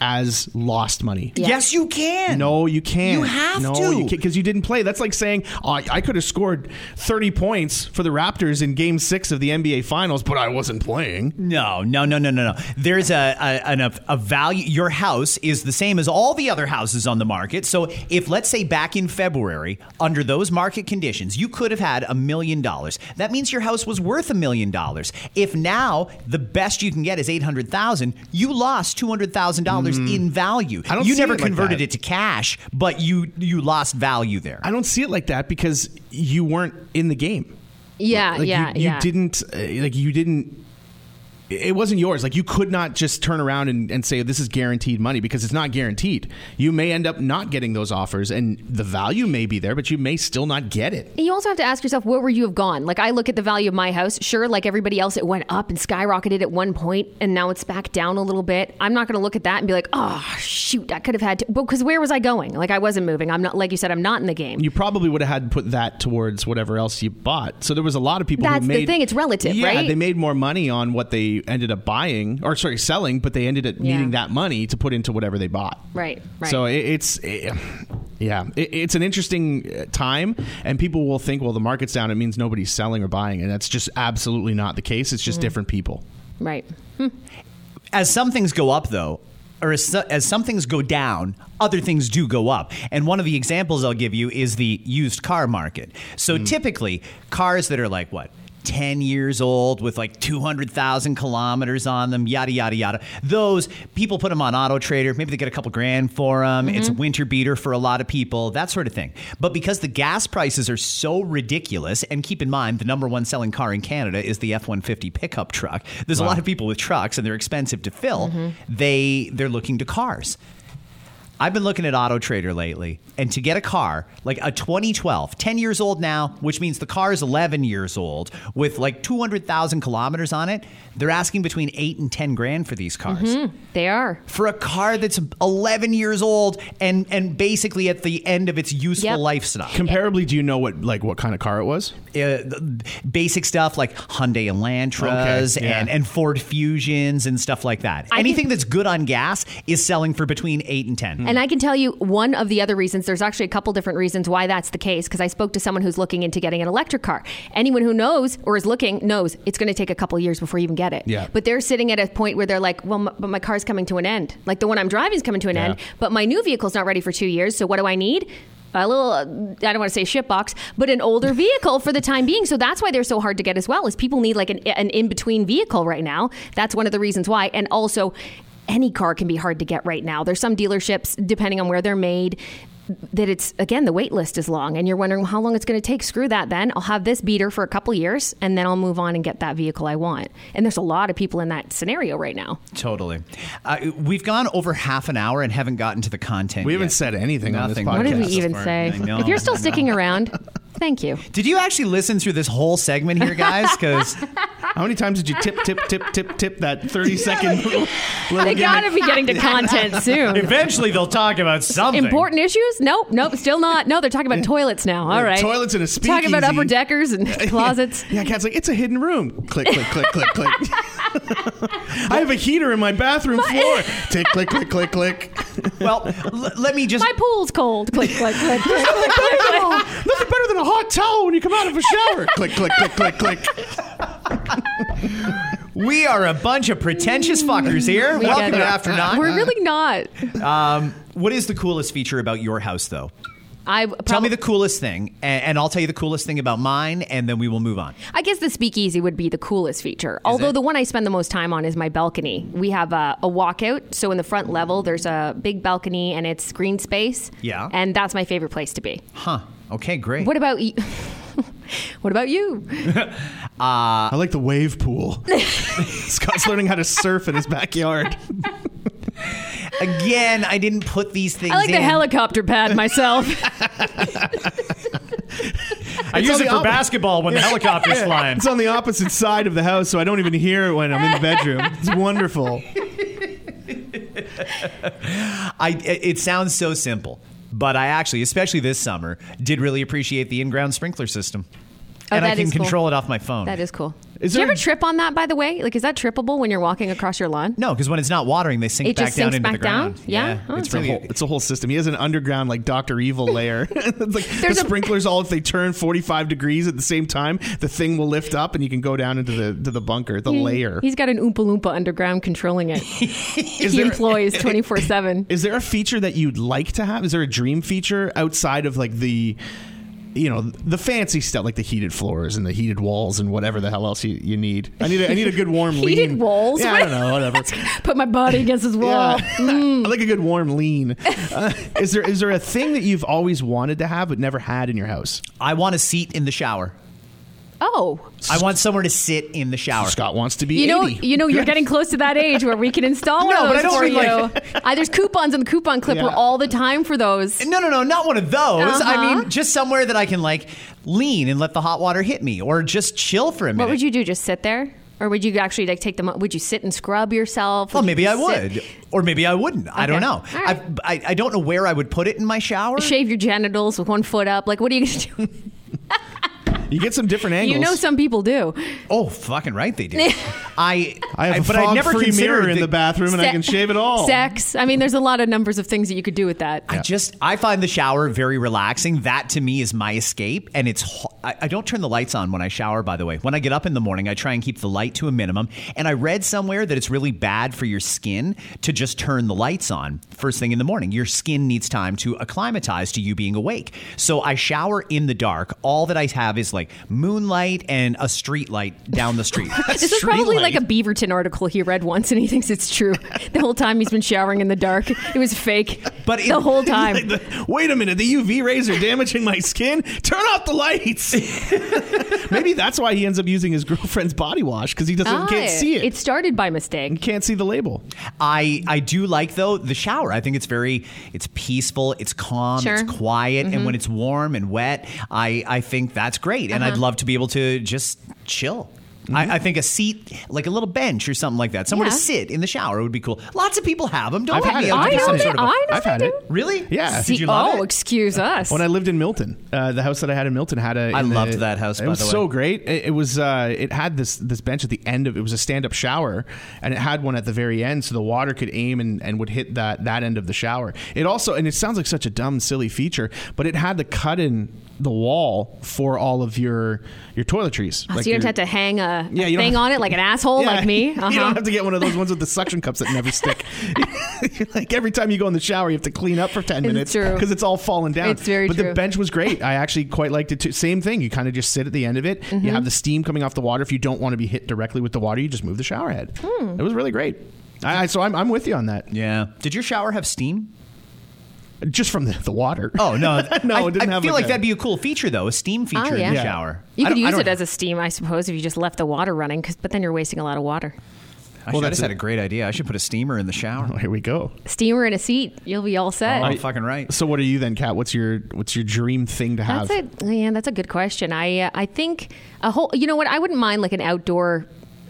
[SPEAKER 5] as lost money.
[SPEAKER 3] Yeah.
[SPEAKER 4] Yes, you can.
[SPEAKER 5] No, you can't.
[SPEAKER 4] You have
[SPEAKER 5] no,
[SPEAKER 4] to.
[SPEAKER 5] because you, didn't play. That's like saying "Oh, I, I could have scored thirty points for the Raptors in Game Six of the NBA Finals, but I wasn't playing.
[SPEAKER 4] No, no, no, no, no, no. There's a a, an, a value. Your house is the same as all the other houses on the market. So if let's say back in February, under those market conditions, you could have had a million dollars. That means your house was worth a million dollars. If now the best you can get is eight hundred thousand, you lost two hundred thousand dollars in value.
[SPEAKER 5] Mm. I don't
[SPEAKER 4] you
[SPEAKER 5] see
[SPEAKER 4] never
[SPEAKER 5] it like
[SPEAKER 4] converted
[SPEAKER 5] that.
[SPEAKER 4] it to cash, but you you lost value there.
[SPEAKER 5] I don't see it like that because you weren't in the game.
[SPEAKER 3] Yeah,
[SPEAKER 4] Uh,
[SPEAKER 5] Like,
[SPEAKER 3] yeah,
[SPEAKER 5] you, you
[SPEAKER 3] yeah.
[SPEAKER 5] didn't. Uh, like you didn't. It wasn't yours. Like you could not just turn around and, and say this is guaranteed money because it's not guaranteed. You may end up not getting those offers, and the value may be there, but you may still not get it.
[SPEAKER 3] And you also have to ask yourself, where would you have gone? Like, I look at the value of my house. Sure, like everybody else, it went up and skyrocketed at one point, and now it's back down a little bit. I'm not going to look at that and be like, oh, shoot, I could have had to. Because where was I going? Like, I wasn't moving. I'm not, like you said, I'm not in the game.
[SPEAKER 5] you probably would have had to put that towards whatever else you bought. So there was a lot of people.
[SPEAKER 3] That's
[SPEAKER 5] who
[SPEAKER 3] the
[SPEAKER 5] made,
[SPEAKER 3] thing, it's relative,
[SPEAKER 5] yeah,
[SPEAKER 3] right?
[SPEAKER 5] They made more money on what they ended up buying, or sorry, selling, but they ended up
[SPEAKER 3] Yeah.
[SPEAKER 5] needing that money to put into whatever they bought.
[SPEAKER 3] Right, right.
[SPEAKER 5] So it, it's. it- yeah, it, it's an interesting uh, time, and people will think, "Well, the market's down; it means nobody's selling or buying," and that's just absolutely not the case. It's just
[SPEAKER 3] Mm.
[SPEAKER 5] different people.
[SPEAKER 3] right.
[SPEAKER 4] as some things go up though or as, so- as some things go down other things do go up and one of the examples i'll give you is the used car market so typically cars that are like what 10 years old with like 200,000 kilometers on them, yada, yada, yada. Those people put them on Auto Trader. Maybe they get a couple grand for them. It's a winter beater for a lot of people, that sort of thing. But because the gas prices are so ridiculous, and keep in mind, the number one selling car in Canada is the F 150 pickup truck. There's a lot of people with trucks and they're expensive to fill. They, they're looking to cars. I've been looking at Auto Trader lately, and to get a car, like a 2012, 10 years old now, which means the car is 11 years old, with like 200,000 kilometers on it, they're asking between 8 and 10 grand for these cars.
[SPEAKER 3] They are.
[SPEAKER 4] For a car that's 11 years old and, and basically at the end of its useful
[SPEAKER 3] Yep.
[SPEAKER 4] lifestyle.
[SPEAKER 5] Comparably, do you know what like what kind of car it was?
[SPEAKER 4] Uh, basic stuff like Hyundai Elantras
[SPEAKER 5] Okay, yeah.
[SPEAKER 4] and, and Ford Fusions and stuff like that. Anything that's good on gas is selling for between 8 and 10.
[SPEAKER 3] And I can tell you one of the other reasons, there's actually a couple different reasons why that's the case, because I spoke to someone who's looking into getting an electric car. Anyone who knows or is looking knows it's going to take a couple years before you even get it.
[SPEAKER 5] Yeah.
[SPEAKER 3] But they're sitting at a point where they're like, well, m- but my car's coming to an end. Like the one I'm driving is coming to an end, but my new vehicle's not ready for two years. So what do I need? A little, uh, I don't want to say shit box, but an older vehicle for the time being. So that's why they're so hard to get as well. Is people need like an, an in between vehicle right now. That's one of the reasons why. And also, any car can be hard to get right now. There's some dealerships, depending on where they're made, that it's again the wait list is long, and you're wondering how long it's going to take. Screw that. Then I'll have this beater for a couple years, and then I'll move on and get that vehicle I want. And there's a lot of people in that scenario right now.
[SPEAKER 4] Totally. Uh, we've gone over half an hour and haven't gotten to the content.
[SPEAKER 5] We haven't
[SPEAKER 4] yet.
[SPEAKER 5] said anything on this
[SPEAKER 4] Nothing.
[SPEAKER 5] podcast.
[SPEAKER 4] What
[SPEAKER 3] What did we
[SPEAKER 4] Podcast
[SPEAKER 3] even
[SPEAKER 4] part,
[SPEAKER 3] say?
[SPEAKER 4] I know.
[SPEAKER 3] If you're still sticking around, thank you.
[SPEAKER 4] Did you actually listen through this whole segment here, guys? Because
[SPEAKER 5] How many times did you tip, tip, tip, tip, tip that thirty second little? little
[SPEAKER 3] They
[SPEAKER 5] gimmick?
[SPEAKER 3] gotta be getting to content soon.
[SPEAKER 4] eventually they'll talk about something
[SPEAKER 3] Important issues? Nope, nope, still not. No, they're talking about toilets now. All
[SPEAKER 5] Yeah,
[SPEAKER 3] right,
[SPEAKER 5] toilets and a
[SPEAKER 3] Talking about
[SPEAKER 5] speakeasy.
[SPEAKER 3] upper deckers and closets.
[SPEAKER 5] Yeah, Kat's like, it's a hidden room. Click, click, click, click, click. I have a heater in my bathroom floor. Tick, click, click, click, click.
[SPEAKER 4] Well, l- let me just.
[SPEAKER 3] My pool's cold. Click, click, click, click, click, click, click.
[SPEAKER 5] Nothing better than a hot towel when you come out of a shower. click, click, click, click, click.
[SPEAKER 4] We are a bunch of pretentious fuckers here.
[SPEAKER 3] get
[SPEAKER 4] Welcome to
[SPEAKER 3] it.
[SPEAKER 4] After 9
[SPEAKER 3] We're really not.
[SPEAKER 4] what is the coolest feature about your house, though?
[SPEAKER 3] I prob-
[SPEAKER 4] Tell me the coolest thing, a- and, I'll tell you the coolest thing about mine, and then we will move on.
[SPEAKER 3] I guess the speakeasy would be the coolest feature. Although
[SPEAKER 4] it?
[SPEAKER 3] the one I spend the most time on is my balcony. We have a, a walkout, so in the front level there's a big balcony and it's green space.
[SPEAKER 4] Yeah.
[SPEAKER 3] and that's my favorite place to be.
[SPEAKER 4] Huh? Okay, great.
[SPEAKER 3] What about you? what about you?
[SPEAKER 5] I like the wave pool. Scott's learning how to surf in his backyard.
[SPEAKER 4] Again, I didn't put these things.
[SPEAKER 3] I like the
[SPEAKER 4] in.
[SPEAKER 3] helicopter pad myself. Oh,
[SPEAKER 4] I use
[SPEAKER 5] on
[SPEAKER 4] it
[SPEAKER 5] the
[SPEAKER 4] for
[SPEAKER 5] op-
[SPEAKER 4] basketball when the helicopter's flying.
[SPEAKER 5] It's on the opposite side of the house, so I don't even hear it when I'm in the bedroom. It's wonderful.
[SPEAKER 4] I, it it sounds so simple, but I actually, especially this summer, did really appreciate the in-ground sprinkler system.
[SPEAKER 3] Oh,
[SPEAKER 4] and I
[SPEAKER 3] that
[SPEAKER 4] can
[SPEAKER 3] is cool.
[SPEAKER 4] control it off my phone.
[SPEAKER 3] that is cool.
[SPEAKER 5] Is
[SPEAKER 3] Do you
[SPEAKER 5] there
[SPEAKER 3] ever
[SPEAKER 5] a-
[SPEAKER 3] trip on that? By the way, like is that trippable when you're walking across your lawn?
[SPEAKER 4] No, because when it's not watering, they sink
[SPEAKER 3] It
[SPEAKER 4] back
[SPEAKER 3] just
[SPEAKER 4] down
[SPEAKER 3] sinks
[SPEAKER 4] into the
[SPEAKER 3] back down?
[SPEAKER 4] ground.
[SPEAKER 3] Yeah? Oh.
[SPEAKER 4] it's
[SPEAKER 3] It's a
[SPEAKER 4] really.
[SPEAKER 5] Whole- it's a whole system. He has an underground like Doctor Evil layer. it's like
[SPEAKER 3] There's
[SPEAKER 5] the
[SPEAKER 3] a-
[SPEAKER 5] sprinklers all if they turn 45 degrees at the same time, the thing will lift up and you can go down into the to the bunker, the layer.
[SPEAKER 3] He's got an Oompa Loompa underground controlling it.
[SPEAKER 5] Is
[SPEAKER 3] he
[SPEAKER 5] there-
[SPEAKER 3] employs 24 7.
[SPEAKER 5] Is there a feature that you'd like to have? Is there a dream feature outside of like the you know the fancy stuff like the heated floors and the heated walls and whatever the hell else you, you need. I need a, I need a good warm
[SPEAKER 3] Heated
[SPEAKER 5] lean.
[SPEAKER 3] walls?
[SPEAKER 5] Yeah, I don't know, whatever.
[SPEAKER 3] Put my body against his wall.
[SPEAKER 5] Yeah.
[SPEAKER 3] Mm.
[SPEAKER 5] I like a good warm lean. Uh, is there is there a thing that you've always wanted to have but never had in your house?
[SPEAKER 4] I want a seat in the shower.
[SPEAKER 3] Oh,
[SPEAKER 4] I want somewhere to sit in the shower.
[SPEAKER 5] Scott wants to be
[SPEAKER 3] you know,
[SPEAKER 5] 80.
[SPEAKER 3] you know, you're getting close to that age where we can install one
[SPEAKER 4] No,
[SPEAKER 3] of
[SPEAKER 4] but I
[SPEAKER 3] those
[SPEAKER 4] don't
[SPEAKER 3] for
[SPEAKER 4] mean
[SPEAKER 3] you.
[SPEAKER 4] like-
[SPEAKER 3] I, there's coupons on the coupon clipper
[SPEAKER 5] Yeah.
[SPEAKER 3] all the time for those.
[SPEAKER 4] No, no, no, not one of those. I
[SPEAKER 3] Uh-huh.
[SPEAKER 4] mean, just somewhere that I can like lean and let the hot water hit me, or just chill for a minute.
[SPEAKER 3] What would you do? Just sit there, or would you actually like take them? Would you sit and scrub yourself?
[SPEAKER 4] Well, Oh, maybe
[SPEAKER 3] you
[SPEAKER 4] I
[SPEAKER 3] sit-
[SPEAKER 4] would, or maybe I wouldn't. I don't
[SPEAKER 3] Okay.
[SPEAKER 4] know.
[SPEAKER 3] All right.
[SPEAKER 4] I, I I don't know where I would put it in my shower.
[SPEAKER 3] Shave your genitals with one foot up. Like, what are you going to do?
[SPEAKER 5] You get some different angles.
[SPEAKER 3] You know, some people do.
[SPEAKER 4] Oh, fucking right, they do. I
[SPEAKER 5] I have a
[SPEAKER 4] but I never
[SPEAKER 5] free
[SPEAKER 4] considered
[SPEAKER 5] mirror in
[SPEAKER 4] the-
[SPEAKER 5] the bathroom, and I
[SPEAKER 3] Se-
[SPEAKER 5] can shave it all.
[SPEAKER 3] Sex. I mean, there's a lot of numbers of things that you could do with that.
[SPEAKER 4] I just I find the shower very relaxing. That to me is my escape, and it's ho- I, I don't turn the lights on when I shower. By the way, when I get up in the morning, I try and keep the light to a minimum. And I read somewhere that it's really bad for your skin to just turn the lights on first thing in the morning. Your skin needs time to acclimatize to you being awake. So I shower in the dark. All that I have is like moonlight and a street light down the street.
[SPEAKER 3] This is probably like a Beaverton article he read once, and he thinks it's true. the whole time he's been showering in the dark, it was fake.
[SPEAKER 4] But
[SPEAKER 3] the
[SPEAKER 4] it-
[SPEAKER 3] whole time,
[SPEAKER 5] Like the- wait a minute, the UV rays are damaging my skin. Turn off the lights. Maybe that's why he ends up using his girlfriend's body wash because he doesn't can't see it.
[SPEAKER 3] It started by
[SPEAKER 5] He
[SPEAKER 3] mistake.
[SPEAKER 5] can't see the label.
[SPEAKER 4] I I do like though the shower. I think it's very it's peaceful, it's calm,
[SPEAKER 3] Sure. Mm-hmm.
[SPEAKER 4] it's quiet, and when it's warm and wet, I I think that's great, and I'd
[SPEAKER 3] Uh-huh.
[SPEAKER 4] love to be able to just chill. I, I think a seat, like a little bench or something like that, somewhere to
[SPEAKER 3] Mm-hmm. Yeah.
[SPEAKER 4] sit in the shower would be cool. Lots of people have them. Don't
[SPEAKER 5] I've
[SPEAKER 4] let
[SPEAKER 5] had
[SPEAKER 4] me
[SPEAKER 5] it.
[SPEAKER 3] I
[SPEAKER 4] out to
[SPEAKER 5] I've
[SPEAKER 3] know
[SPEAKER 4] some
[SPEAKER 5] had
[SPEAKER 3] that.
[SPEAKER 4] sort of a-
[SPEAKER 3] I know
[SPEAKER 5] I've had
[SPEAKER 3] that.
[SPEAKER 5] it.
[SPEAKER 4] really?
[SPEAKER 5] Yeah.
[SPEAKER 4] Did you love
[SPEAKER 3] oh,
[SPEAKER 4] it?
[SPEAKER 3] excuse us.
[SPEAKER 5] When I lived in Milton, uh, the house that I had in Milton had a.
[SPEAKER 4] I
[SPEAKER 5] in the-
[SPEAKER 4] loved that house,
[SPEAKER 5] It
[SPEAKER 4] by
[SPEAKER 5] was
[SPEAKER 4] the way.
[SPEAKER 5] so great. It, it was. Uh, it had this this bench at the end of. It was a stand up shower, and it had one at the very end, so the water could aim and, and would hit that that end of the shower. It also, and it sounds like such a dumb, silly feature, but it had the cut in the wall for all of your your toiletries.
[SPEAKER 3] Oh,
[SPEAKER 5] Like
[SPEAKER 3] so you don't
[SPEAKER 5] your-
[SPEAKER 3] have to hang a, a
[SPEAKER 5] Yeah, you don't
[SPEAKER 3] thing
[SPEAKER 5] have-
[SPEAKER 3] on it like an asshole
[SPEAKER 5] Yeah.
[SPEAKER 3] like me.
[SPEAKER 5] You don't
[SPEAKER 3] Uh-huh.
[SPEAKER 5] have to get one of those ones with the suction cups that never stick. like every time you go in the shower, you have to clean up for ten
[SPEAKER 3] It's
[SPEAKER 5] minutes
[SPEAKER 3] true.
[SPEAKER 5] because it's all falling down.
[SPEAKER 3] It's very
[SPEAKER 5] but the
[SPEAKER 3] true.
[SPEAKER 5] bench was great. I actually quite liked it too. Same thing. You kind of just sit at the end of it.
[SPEAKER 3] Mm-hmm.
[SPEAKER 5] You have the steam coming off the water. If you don't want to be hit directly with the water, you just move the shower head.
[SPEAKER 3] Hmm.
[SPEAKER 5] It was really great. I, I, so I'm, I'm with you on that.
[SPEAKER 4] Yeah. Did your shower have steam?
[SPEAKER 5] Just from the, the water.
[SPEAKER 4] Oh no,
[SPEAKER 5] No,
[SPEAKER 4] I,
[SPEAKER 5] it didn't
[SPEAKER 4] I
[SPEAKER 5] have
[SPEAKER 4] feel
[SPEAKER 5] like
[SPEAKER 4] like
[SPEAKER 5] a-
[SPEAKER 4] that'd be a cool feature though, a steam feature
[SPEAKER 3] Oh,
[SPEAKER 4] in
[SPEAKER 3] yeah.
[SPEAKER 4] the shower.
[SPEAKER 3] You
[SPEAKER 4] I
[SPEAKER 3] could
[SPEAKER 4] don't- I
[SPEAKER 3] use
[SPEAKER 4] don't-
[SPEAKER 3] it as a steam, I suppose, if you just left the water running, 'cause- but then you're wasting a lot of water.
[SPEAKER 4] I
[SPEAKER 5] Well,
[SPEAKER 4] should- I
[SPEAKER 5] that's
[SPEAKER 4] just
[SPEAKER 5] a-
[SPEAKER 4] had a great idea. I should put a steamer in the shower.
[SPEAKER 5] Oh, here we go.
[SPEAKER 3] Steamer in a seat, you'll be all set.
[SPEAKER 4] Oh, fucking right.
[SPEAKER 5] So what are you then, Kat? What's your what's your dream thing to have?
[SPEAKER 3] That's a yeah. That's a good question. I uh, I think a whole. You know what? I wouldn't mind like an outdoor.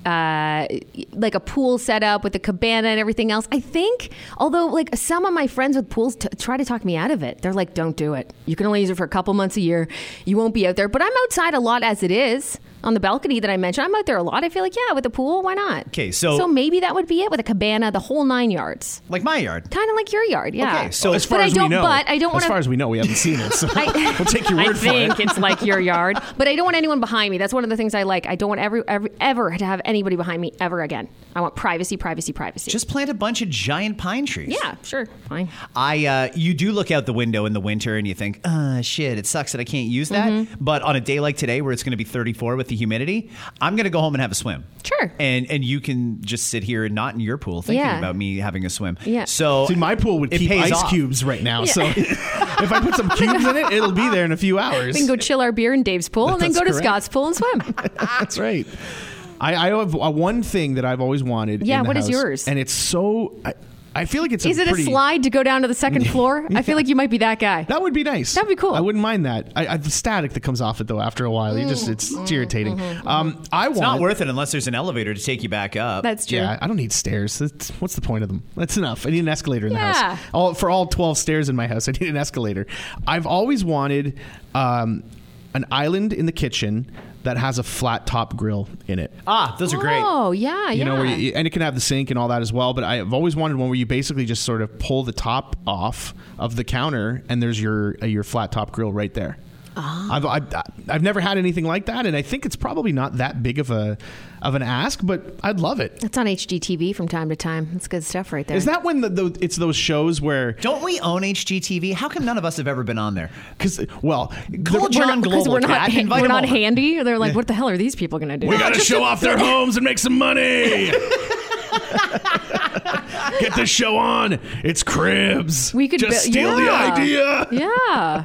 [SPEAKER 3] Uh, like a pool setup with a cabana and everything else. I think, although like some of my friends with pools t- try to talk me out of it. They're like, "Don't do it. You can only use it for a couple months a year. You won't be out there." But I'm outside a lot as it is. on the balcony that I mentioned. I'm out there a lot. I feel like, yeah, with a pool, why not?
[SPEAKER 4] 'Kay, so-
[SPEAKER 3] so maybe that would be it with a cabana, the whole nine yards,
[SPEAKER 4] like my yard.
[SPEAKER 3] kind of like your yard. Yeah.
[SPEAKER 4] Okay, so
[SPEAKER 5] as far
[SPEAKER 3] but
[SPEAKER 5] as
[SPEAKER 3] I don't,
[SPEAKER 5] we know,
[SPEAKER 3] but I don't want
[SPEAKER 5] as
[SPEAKER 3] to.
[SPEAKER 5] far as we know, we haven't seen it. So
[SPEAKER 3] I,
[SPEAKER 5] we'll take your
[SPEAKER 3] I
[SPEAKER 5] word for it.
[SPEAKER 3] think it's like your yard, but I don't want anyone behind me. That's one of the things I like. I don't want every, every ever to have anybody behind me ever again. I want privacy, privacy, privacy.
[SPEAKER 4] Just plant a bunch of giant pine trees.
[SPEAKER 3] yeah, sure, fine.
[SPEAKER 4] I uh, you do look out the window in the winter and you think, uh, shit, it sucks that I can't use that.
[SPEAKER 3] Mm-hmm.
[SPEAKER 4] But on a day like today where it's going to be 34 with the humidity, I'm going to go home and have a swim.
[SPEAKER 3] Sure.
[SPEAKER 4] And and you can just sit here and not in your pool thinking
[SPEAKER 3] Yeah.
[SPEAKER 4] about me having a swim.
[SPEAKER 3] Yeah.
[SPEAKER 4] So
[SPEAKER 5] See, my pool would
[SPEAKER 4] it
[SPEAKER 5] keep
[SPEAKER 4] pays
[SPEAKER 5] ice
[SPEAKER 4] off.
[SPEAKER 5] cubes right now. So if I put some cubes in it, it'll be there in a few hours.
[SPEAKER 3] We can go chill our beer in Dave's pool, and then
[SPEAKER 5] That's
[SPEAKER 3] go to
[SPEAKER 5] correct.
[SPEAKER 3] Scott's pool and swim.
[SPEAKER 5] That's right. I, I have uh, one thing that I've always wanted.
[SPEAKER 3] Yeah,
[SPEAKER 5] in the
[SPEAKER 3] what is
[SPEAKER 5] house,
[SPEAKER 3] yours?
[SPEAKER 5] And it's so. I, I feel like it's.
[SPEAKER 3] Is
[SPEAKER 5] a
[SPEAKER 3] it a
[SPEAKER 5] pretty,
[SPEAKER 3] slide to go down to the second floor? I feel like you might be that guy.
[SPEAKER 5] That would be nice.
[SPEAKER 3] That'd be cool.
[SPEAKER 5] I wouldn't mind that. I, I, the static that comes off it though after a while, you
[SPEAKER 3] Mm.
[SPEAKER 5] just it's irritating.
[SPEAKER 3] Mm-hmm.
[SPEAKER 5] um, I
[SPEAKER 4] It's
[SPEAKER 5] want.
[SPEAKER 4] not worth it unless there's an elevator to take you back up.
[SPEAKER 3] That's true.
[SPEAKER 5] Yeah, I don't need stairs. That's, what's the point of them? That's enough. I need an escalator in the
[SPEAKER 3] Yeah.
[SPEAKER 5] house. All for all twelve stairs in my house, I need an escalator. I've always wanted um, an island in the kitchen that has a flat top grill in it.
[SPEAKER 4] ah, those are great.
[SPEAKER 3] Oh yeah,
[SPEAKER 5] You
[SPEAKER 3] yeah.
[SPEAKER 5] know, where you, and it can have the sink and all that as well. But I've always wanted one where you basically just sort of pull the top off of the counter, and there's your uh, your flat top grill right there.
[SPEAKER 3] Ah.
[SPEAKER 5] I've, I've I've never had anything like that, and I think it's probably not that big of a of an ask, but I'd love it.
[SPEAKER 3] it's on HGTV from time to time. That's good stuff right there.
[SPEAKER 5] Is that when the, the it's those shows where
[SPEAKER 4] Don't we own HGTV? How come none of us have ever been on there?
[SPEAKER 5] because well
[SPEAKER 4] Call
[SPEAKER 5] the-
[SPEAKER 4] John
[SPEAKER 3] because
[SPEAKER 4] Global.
[SPEAKER 3] we're not,
[SPEAKER 4] Dad, invite
[SPEAKER 3] we're
[SPEAKER 4] him
[SPEAKER 3] not
[SPEAKER 4] over.
[SPEAKER 3] handy? They're like, what the hell are these people going to do?
[SPEAKER 5] we got to show off their homes and make some money. Get this show on. It's cribs.
[SPEAKER 3] We could
[SPEAKER 5] just
[SPEAKER 3] bu-
[SPEAKER 5] steal
[SPEAKER 3] yeah.
[SPEAKER 5] the idea.
[SPEAKER 3] yeah.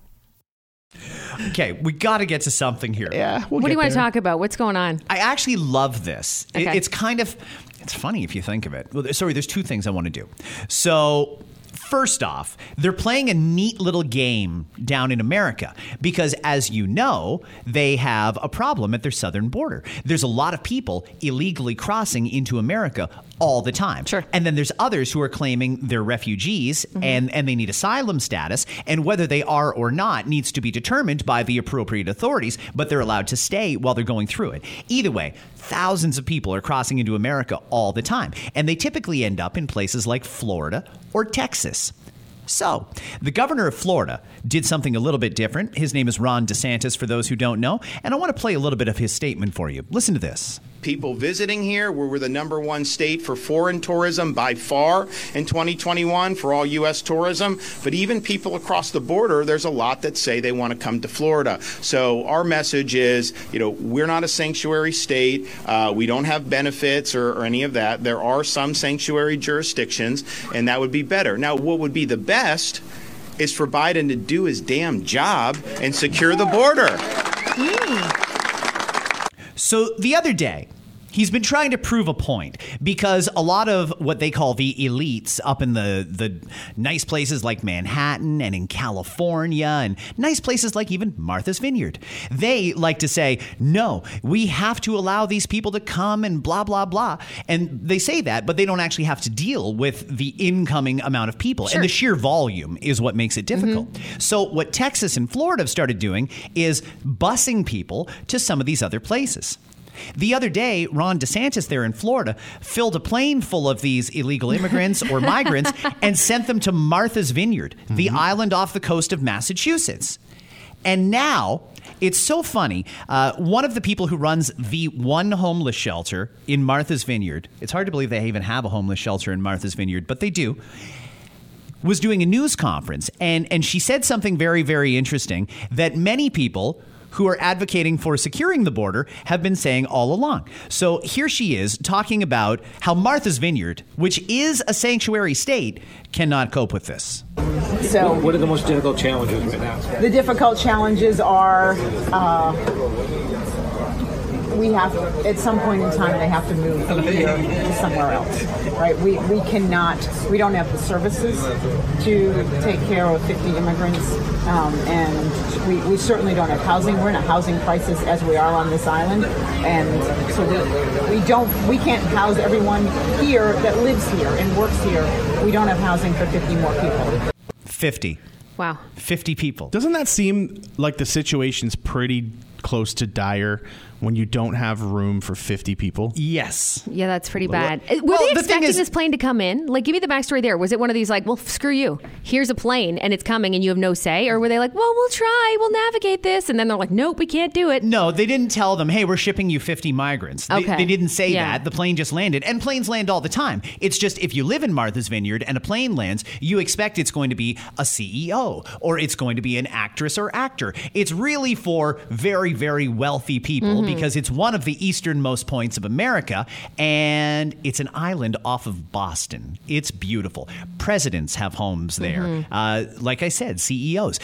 [SPEAKER 4] Okay, we got to get to something here.
[SPEAKER 5] Yeah.
[SPEAKER 3] What do
[SPEAKER 5] We'll get
[SPEAKER 3] you want to
[SPEAKER 5] there.
[SPEAKER 3] talk about? What's going on?
[SPEAKER 4] I actually love this. It-
[SPEAKER 3] Okay.
[SPEAKER 4] it's kind of, it's funny if you think of it. Well, th- Sorry, there's two things I want to do. So, first off, they're playing a neat little game down in America because, as you know, they have a problem at their southern border. There's a lot of people illegally crossing into America all the time.
[SPEAKER 3] Sure.
[SPEAKER 4] And then there's others who are claiming they're refugees and, and they need asylum status. And whether they are or not needs to be determined by the appropriate authorities, but they're allowed to stay while they're going through it. Either way, thousands of people are crossing into America all the time. And they typically end up in places like Florida or Texas. So, the governor of Florida did something a little bit different. His name is Ron DeSantis, for those who don't know. And I want to play a little bit of his statement for you. Listen to this.
[SPEAKER 6] people visiting here. We're, we're the number one state for foreign tourism by far in 2021 for all U.S. tourism. But even people across the border, there's a lot that say they want to come to Florida. So our message is, you know, we're not a sanctuary state. Uh, we don't have benefits or, or any of that. There are some sanctuary jurisdictions, and that would be better. Now, what would be the best? Is for Biden to do his damn job and secure the border.
[SPEAKER 4] So the other day, he's been trying to prove a point because a lot of what they call the elites up in the the nice places like Manhattan and in California and nice places like even Martha's Vineyard, they like to say, "No, we have to allow these people to come and blah blah blah." And they say that, but they don't actually have to deal with the incoming amount of people and the sheer volume is what makes it difficult. So what Texas and Florida have started doing is busing people to some of these other places. The other day, Ron DeSantis there in Florida filled a plane full of these illegal immigrants or migrants and sent them to Martha's Vineyard, the island off the coast of Massachusetts. And now it's so funny. Uh, one of the people who runs the one homeless shelter in Martha's Vineyard, it's hard to believe they even have a homeless shelter in Martha's Vineyard, but they do was doing a news conference and and she said something very very interesting that many people who are advocating for securing the border have been saying all along. So here she is talking about how Martha's Vineyard, which is a sanctuary state, cannot cope with this.
[SPEAKER 7] So
[SPEAKER 8] What are the most difficult challenges right now?
[SPEAKER 7] the difficult challenges are uh, we have at some point in time they have to move from here to somewhere else, right? We we cannot we don't have the services to take care of 50 immigrants, um, and we, we certainly don't have housing. We're in a housing crisis as we are on this island, and so we, we don't we can't house everyone here that lives here and works here. We don't have housing for 50 more people.
[SPEAKER 4] 50.
[SPEAKER 3] Wow.
[SPEAKER 4] 50 people.
[SPEAKER 5] Doesn't that seem like the situation's pretty close to dire when you don't have room for 50 people?
[SPEAKER 4] yes.
[SPEAKER 3] Yeah, that's pretty
[SPEAKER 4] Well,
[SPEAKER 3] bad. Uh,
[SPEAKER 4] well,
[SPEAKER 3] Were they
[SPEAKER 4] the thing
[SPEAKER 3] expecting
[SPEAKER 4] is-
[SPEAKER 3] this plane to come in? Like, give me the backstory there. Was it one of these like, well, screw you, here's a plane and it's coming and you have no say, or were they like, well, we'll try, we'll navigate this, and then they're like, nope, we can't do it.
[SPEAKER 4] No, they didn't tell them, hey, we're shipping you 50 migrants. They,
[SPEAKER 3] Okay.
[SPEAKER 4] they didn't say
[SPEAKER 3] Yeah.
[SPEAKER 4] that. The plane just landed. And planes land all the time. It's just if you live in Martha's Vineyard and a plane lands, you expect it's going to be a CEO or it's going to be an actress or actor. It's really for very, very wealthy people
[SPEAKER 3] Mm-hmm.
[SPEAKER 4] because it's one of the easternmost points of America and it's an island off of Boston. It's beautiful. Presidents have homes there.
[SPEAKER 3] Mm-hmm.
[SPEAKER 4] Uh, like I said, E CEOs.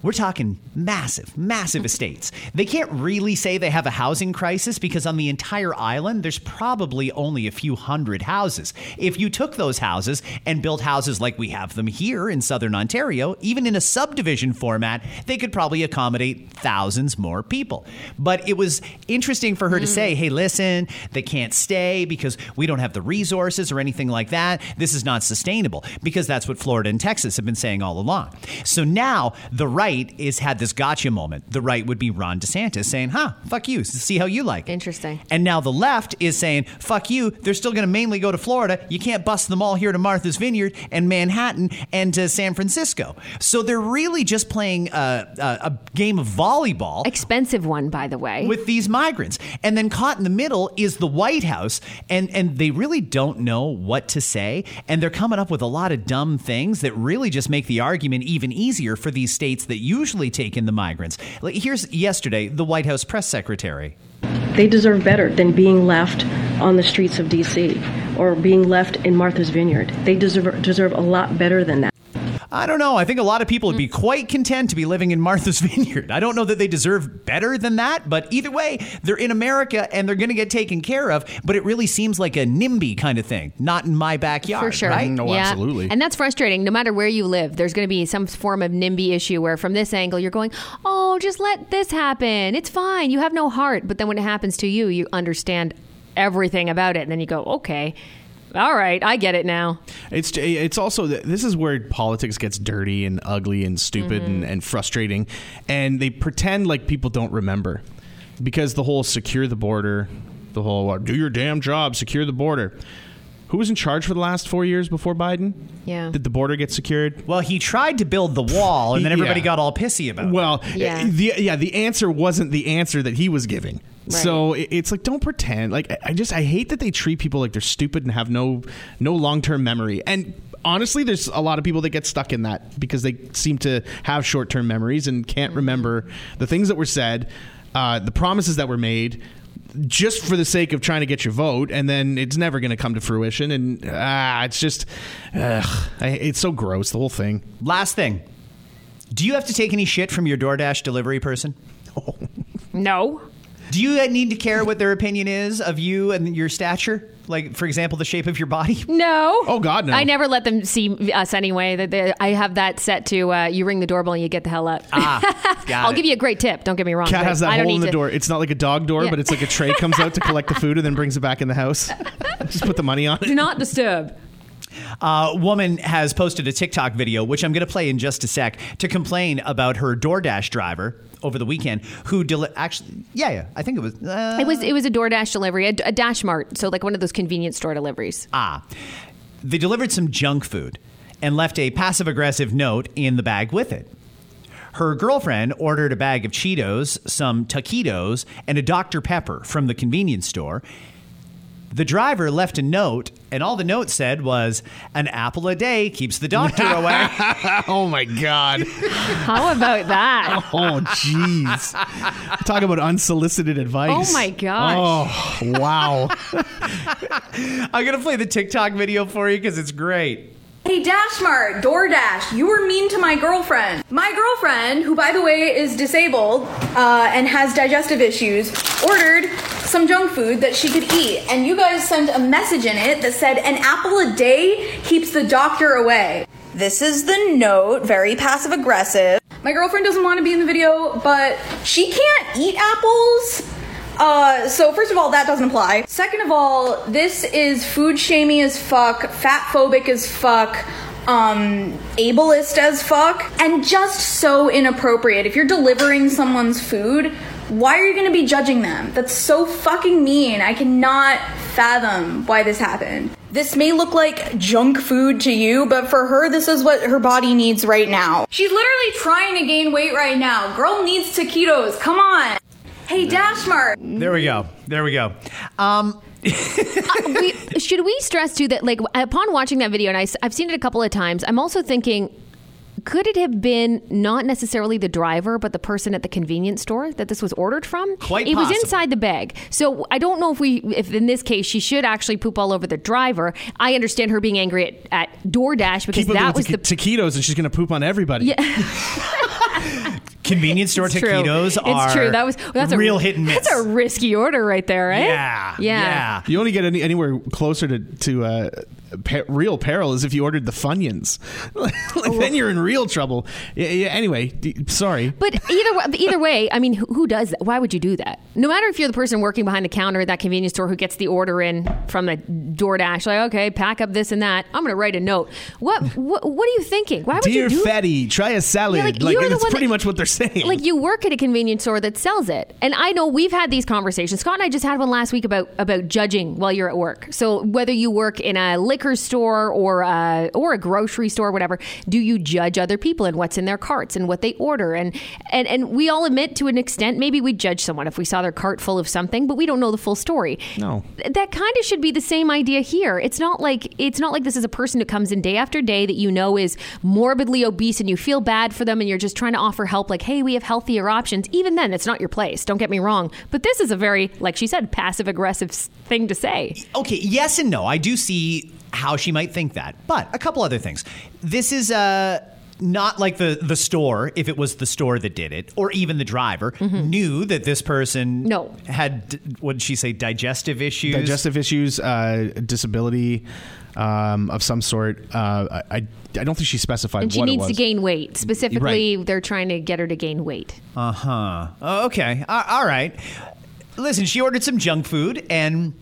[SPEAKER 4] We're talking massive, massive estates. They can't really say they have a housing crisis because on the entire island, there's probably only a few hundred houses. If you took those houses and built houses like we have them here in southern Ontario, even in a subdivision format, they could probably accommodate thousands more people. But it was interesting for her to say, hey, listen, they can't stay because we don't have the resources or anything like that. This is not sustainable because that's what Florida and Texas have been saying all along. So now the right is had this gotcha moment. The right would be Ron DeSantis saying, huh, fuck you, see how you like it.
[SPEAKER 3] Interesting.
[SPEAKER 4] And now the left is saying, fuck you, they're still going to mainly go to Florida. You can't bust them all here to Martha's Vineyard and Manhattan and to San Francisco. So they're really just playing a, a, a game of volleyball
[SPEAKER 3] Expensive one, by the way.
[SPEAKER 4] with these migrants. And then caught in the middle is the White House, and and they really don't know what to say, and they're coming up with a lot of dumb things that really just make the argument even easier for these states that usually take in the migrants. Like, Here's yesterday the White House press secretary.
[SPEAKER 8] They deserve better than being left on the streets of DC or being left in Martha's Vineyard. They deserve deserve a lot better than that.
[SPEAKER 4] I don't know. I think a lot of people would
[SPEAKER 3] Hmm.
[SPEAKER 4] be quite content to be living in Martha's Vineyard. I don't know that they deserve better than that, but either way, they're in America and they're going to get taken care of. But it really seems like a NIMBY kind of thing. Not in my backyard.
[SPEAKER 3] For sure.
[SPEAKER 4] Right?
[SPEAKER 5] No, absolutely.
[SPEAKER 3] And that's frustrating. No matter where you live, there's going to be some form of NIMBY issue where from this angle you're going, oh, just let this happen. It's fine. You have no heart. But then when it happens to you, you understand everything about it. And then you go, okay, all right, I get it now.
[SPEAKER 5] It's it's also this is where politics gets dirty and ugly and stupid and, and frustrating, and they pretend like people don't remember, because the whole secure the border, the whole uh, do your damn job, secure the border. Who was in charge for the last four years before Biden?
[SPEAKER 3] Yeah.
[SPEAKER 5] Did the border get secured?
[SPEAKER 4] Well, he tried to build the wall, and then everybody
[SPEAKER 5] Yeah.
[SPEAKER 4] got all pissy about it.
[SPEAKER 5] Well,
[SPEAKER 3] Yeah.
[SPEAKER 5] yeah. the yeah, the answer wasn't the answer that he was giving. So it- it's like don't pretend. Like I- I just I hate that they treat people like they're stupid and have no no long-term memory. And honestly, there's a lot of people that get stuck in that because they seem to have short-term memories and can't remember the things that were said, uh, the promises that were made just for the sake of trying to get your vote and then it's never going to come to fruition and ah it's just ugh, I, it's so gross the whole thing
[SPEAKER 4] Last thing. Do you have to take any shit from your DoorDash delivery person?
[SPEAKER 3] No.
[SPEAKER 4] Do you need to care what their opinion is of you and your stature? Like, for example, the shape of your body?
[SPEAKER 3] No.
[SPEAKER 5] Oh, God, no.
[SPEAKER 3] I never let them see us anyway. That they- I have that set to uh, you ring the doorbell and you get the hell up.
[SPEAKER 5] Ah,
[SPEAKER 4] got
[SPEAKER 3] I'll
[SPEAKER 4] it.
[SPEAKER 3] give you a great tip. Don't get me wrong.
[SPEAKER 5] Cat
[SPEAKER 3] but
[SPEAKER 5] has that
[SPEAKER 3] I don't
[SPEAKER 5] hole
[SPEAKER 3] need
[SPEAKER 5] in the
[SPEAKER 3] to-
[SPEAKER 5] door. It's not like a dog door,
[SPEAKER 3] Yeah.
[SPEAKER 5] but it's like a tray comes out to collect the food and then brings it back in the house. Just put the money on
[SPEAKER 3] Do
[SPEAKER 5] it.
[SPEAKER 3] not disturb.
[SPEAKER 4] A woman has posted a TikTok video, which I'm going to play in just a sec, to complain about her DoorDash driver over the weekend who deli- actually, yeah, yeah, I think it was. Uh,
[SPEAKER 3] It was it was a DoorDash delivery, a, a Dash Mart, so like one of those convenience store deliveries.
[SPEAKER 4] Ah, they delivered some junk food and left a passive aggressive note in the bag with it. Her girlfriend ordered a bag of Cheetos, some taquitos, and a Dr. Pepper from the convenience store. The driver left a note, and all the note said was, An apple a day keeps the doctor away.
[SPEAKER 5] Oh my god.
[SPEAKER 3] How about that?
[SPEAKER 5] Oh jeez. Talk about unsolicited advice.
[SPEAKER 3] Oh, my gosh.
[SPEAKER 5] Oh wow.
[SPEAKER 4] I'm going to play the TikTok video for you because it's great.
[SPEAKER 9] Hey, Dashmart, DoorDash, you were mean to my girlfriend. My girlfriend, who by the way is disabled uh, and has digestive issues, ordered some junk food that she could eat, and you guys sent a message in it that said, an apple a day keeps the doctor away. This is the note, very passive aggressive. My girlfriend doesn't want to be in the video, but she can't eat apples. Uh, so first of all, that doesn't apply. Second of all, this is food shamey as fuck, fat phobic as fuck, um, ableist as fuck, and just so inappropriate. If you're delivering someone's food, why are you gonna be judging them? That's so fucking mean. I cannot fathom why this happened. This may look like junk food to you, but for her, this is what her body needs right now. She's literally trying to gain weight right now. Girl needs taquitos. Come on. Hey, Dashmart.
[SPEAKER 4] There we go. There we go. Um,
[SPEAKER 3] we, should we stress too that like upon watching that video and I, have seen it a couple of times i'm also thinking could it have been not necessarily the driver but the person at the convenience store that this was ordered from
[SPEAKER 4] Quite
[SPEAKER 3] it was
[SPEAKER 4] possible.
[SPEAKER 3] inside the bag so i don't know if we if in this case she should actually poop all over the driver i understand her being angry at, at doordash because
[SPEAKER 5] Keep it
[SPEAKER 3] that
[SPEAKER 5] with
[SPEAKER 3] was
[SPEAKER 5] the
[SPEAKER 3] the
[SPEAKER 5] taquitos, and she's gonna poop on everybody.
[SPEAKER 4] convenience store
[SPEAKER 3] It's true.
[SPEAKER 4] taquitos are
[SPEAKER 3] it's true that was that's
[SPEAKER 4] real
[SPEAKER 3] a
[SPEAKER 4] hit and miss.
[SPEAKER 3] that's a risky order right there right
[SPEAKER 4] yeah,
[SPEAKER 3] yeah
[SPEAKER 5] You only get any, anywhere closer to to uh, pe- real peril is if you ordered the Funyuns. Like,
[SPEAKER 3] Oh.
[SPEAKER 5] Then you're in real trouble. Yeah, yeah, anyway, d- sorry.
[SPEAKER 3] But either wa- but either way, I mean, who who does that? Why would you do that? No matter if you're the person working behind the counter at that convenience store who gets the order in from the DoorDash, like, okay, pack up this and that. I'm going to write a note. What what what are you thinking? Why would
[SPEAKER 5] Dear
[SPEAKER 3] you do that?
[SPEAKER 5] fatty, try a salad.
[SPEAKER 3] Yeah,
[SPEAKER 5] like
[SPEAKER 3] like, you're the
[SPEAKER 5] that's
[SPEAKER 3] one
[SPEAKER 5] pretty
[SPEAKER 3] that-
[SPEAKER 5] much what they're saying.
[SPEAKER 3] Like you work at a convenience store that sells it, and I know we've had these conversations. Scott and I just had one last week about about judging while you're at work. So whether you work in a liquor store or a, or a grocery store, or whatever, do you judge other people and what's in their carts and what they order? And and and we all admit to an extent maybe we judge someone if we saw their cart full of something, but we don't know the full story.
[SPEAKER 5] No.
[SPEAKER 3] Th- that kind of should be the same idea here. It's not like it's not like this is a person who comes in day after day that you know is morbidly obese and you feel bad for them and you're just trying to offer help like, "Hey, we have healthier options." Even then, it's not your place. Don't get me wrong, but this is a very like she said passive aggressive thing to say.
[SPEAKER 4] okay, yes and no. I do see how she might think that, but a couple other things. This is Uh, not like the the store, if it was the store that did it, or even the driver knew that this person
[SPEAKER 3] No.
[SPEAKER 4] had what did she say digestive issues.
[SPEAKER 5] Digestive issues, uh, disability um, of some sort. Uh, I I I don't think she specified
[SPEAKER 3] And she
[SPEAKER 5] what it
[SPEAKER 3] needs to
[SPEAKER 5] was.
[SPEAKER 3] gain weight. Specifically, they're trying to get her to gain weight.
[SPEAKER 4] Uh huh. okay. A- all right. Listen, she ordered some junk food and.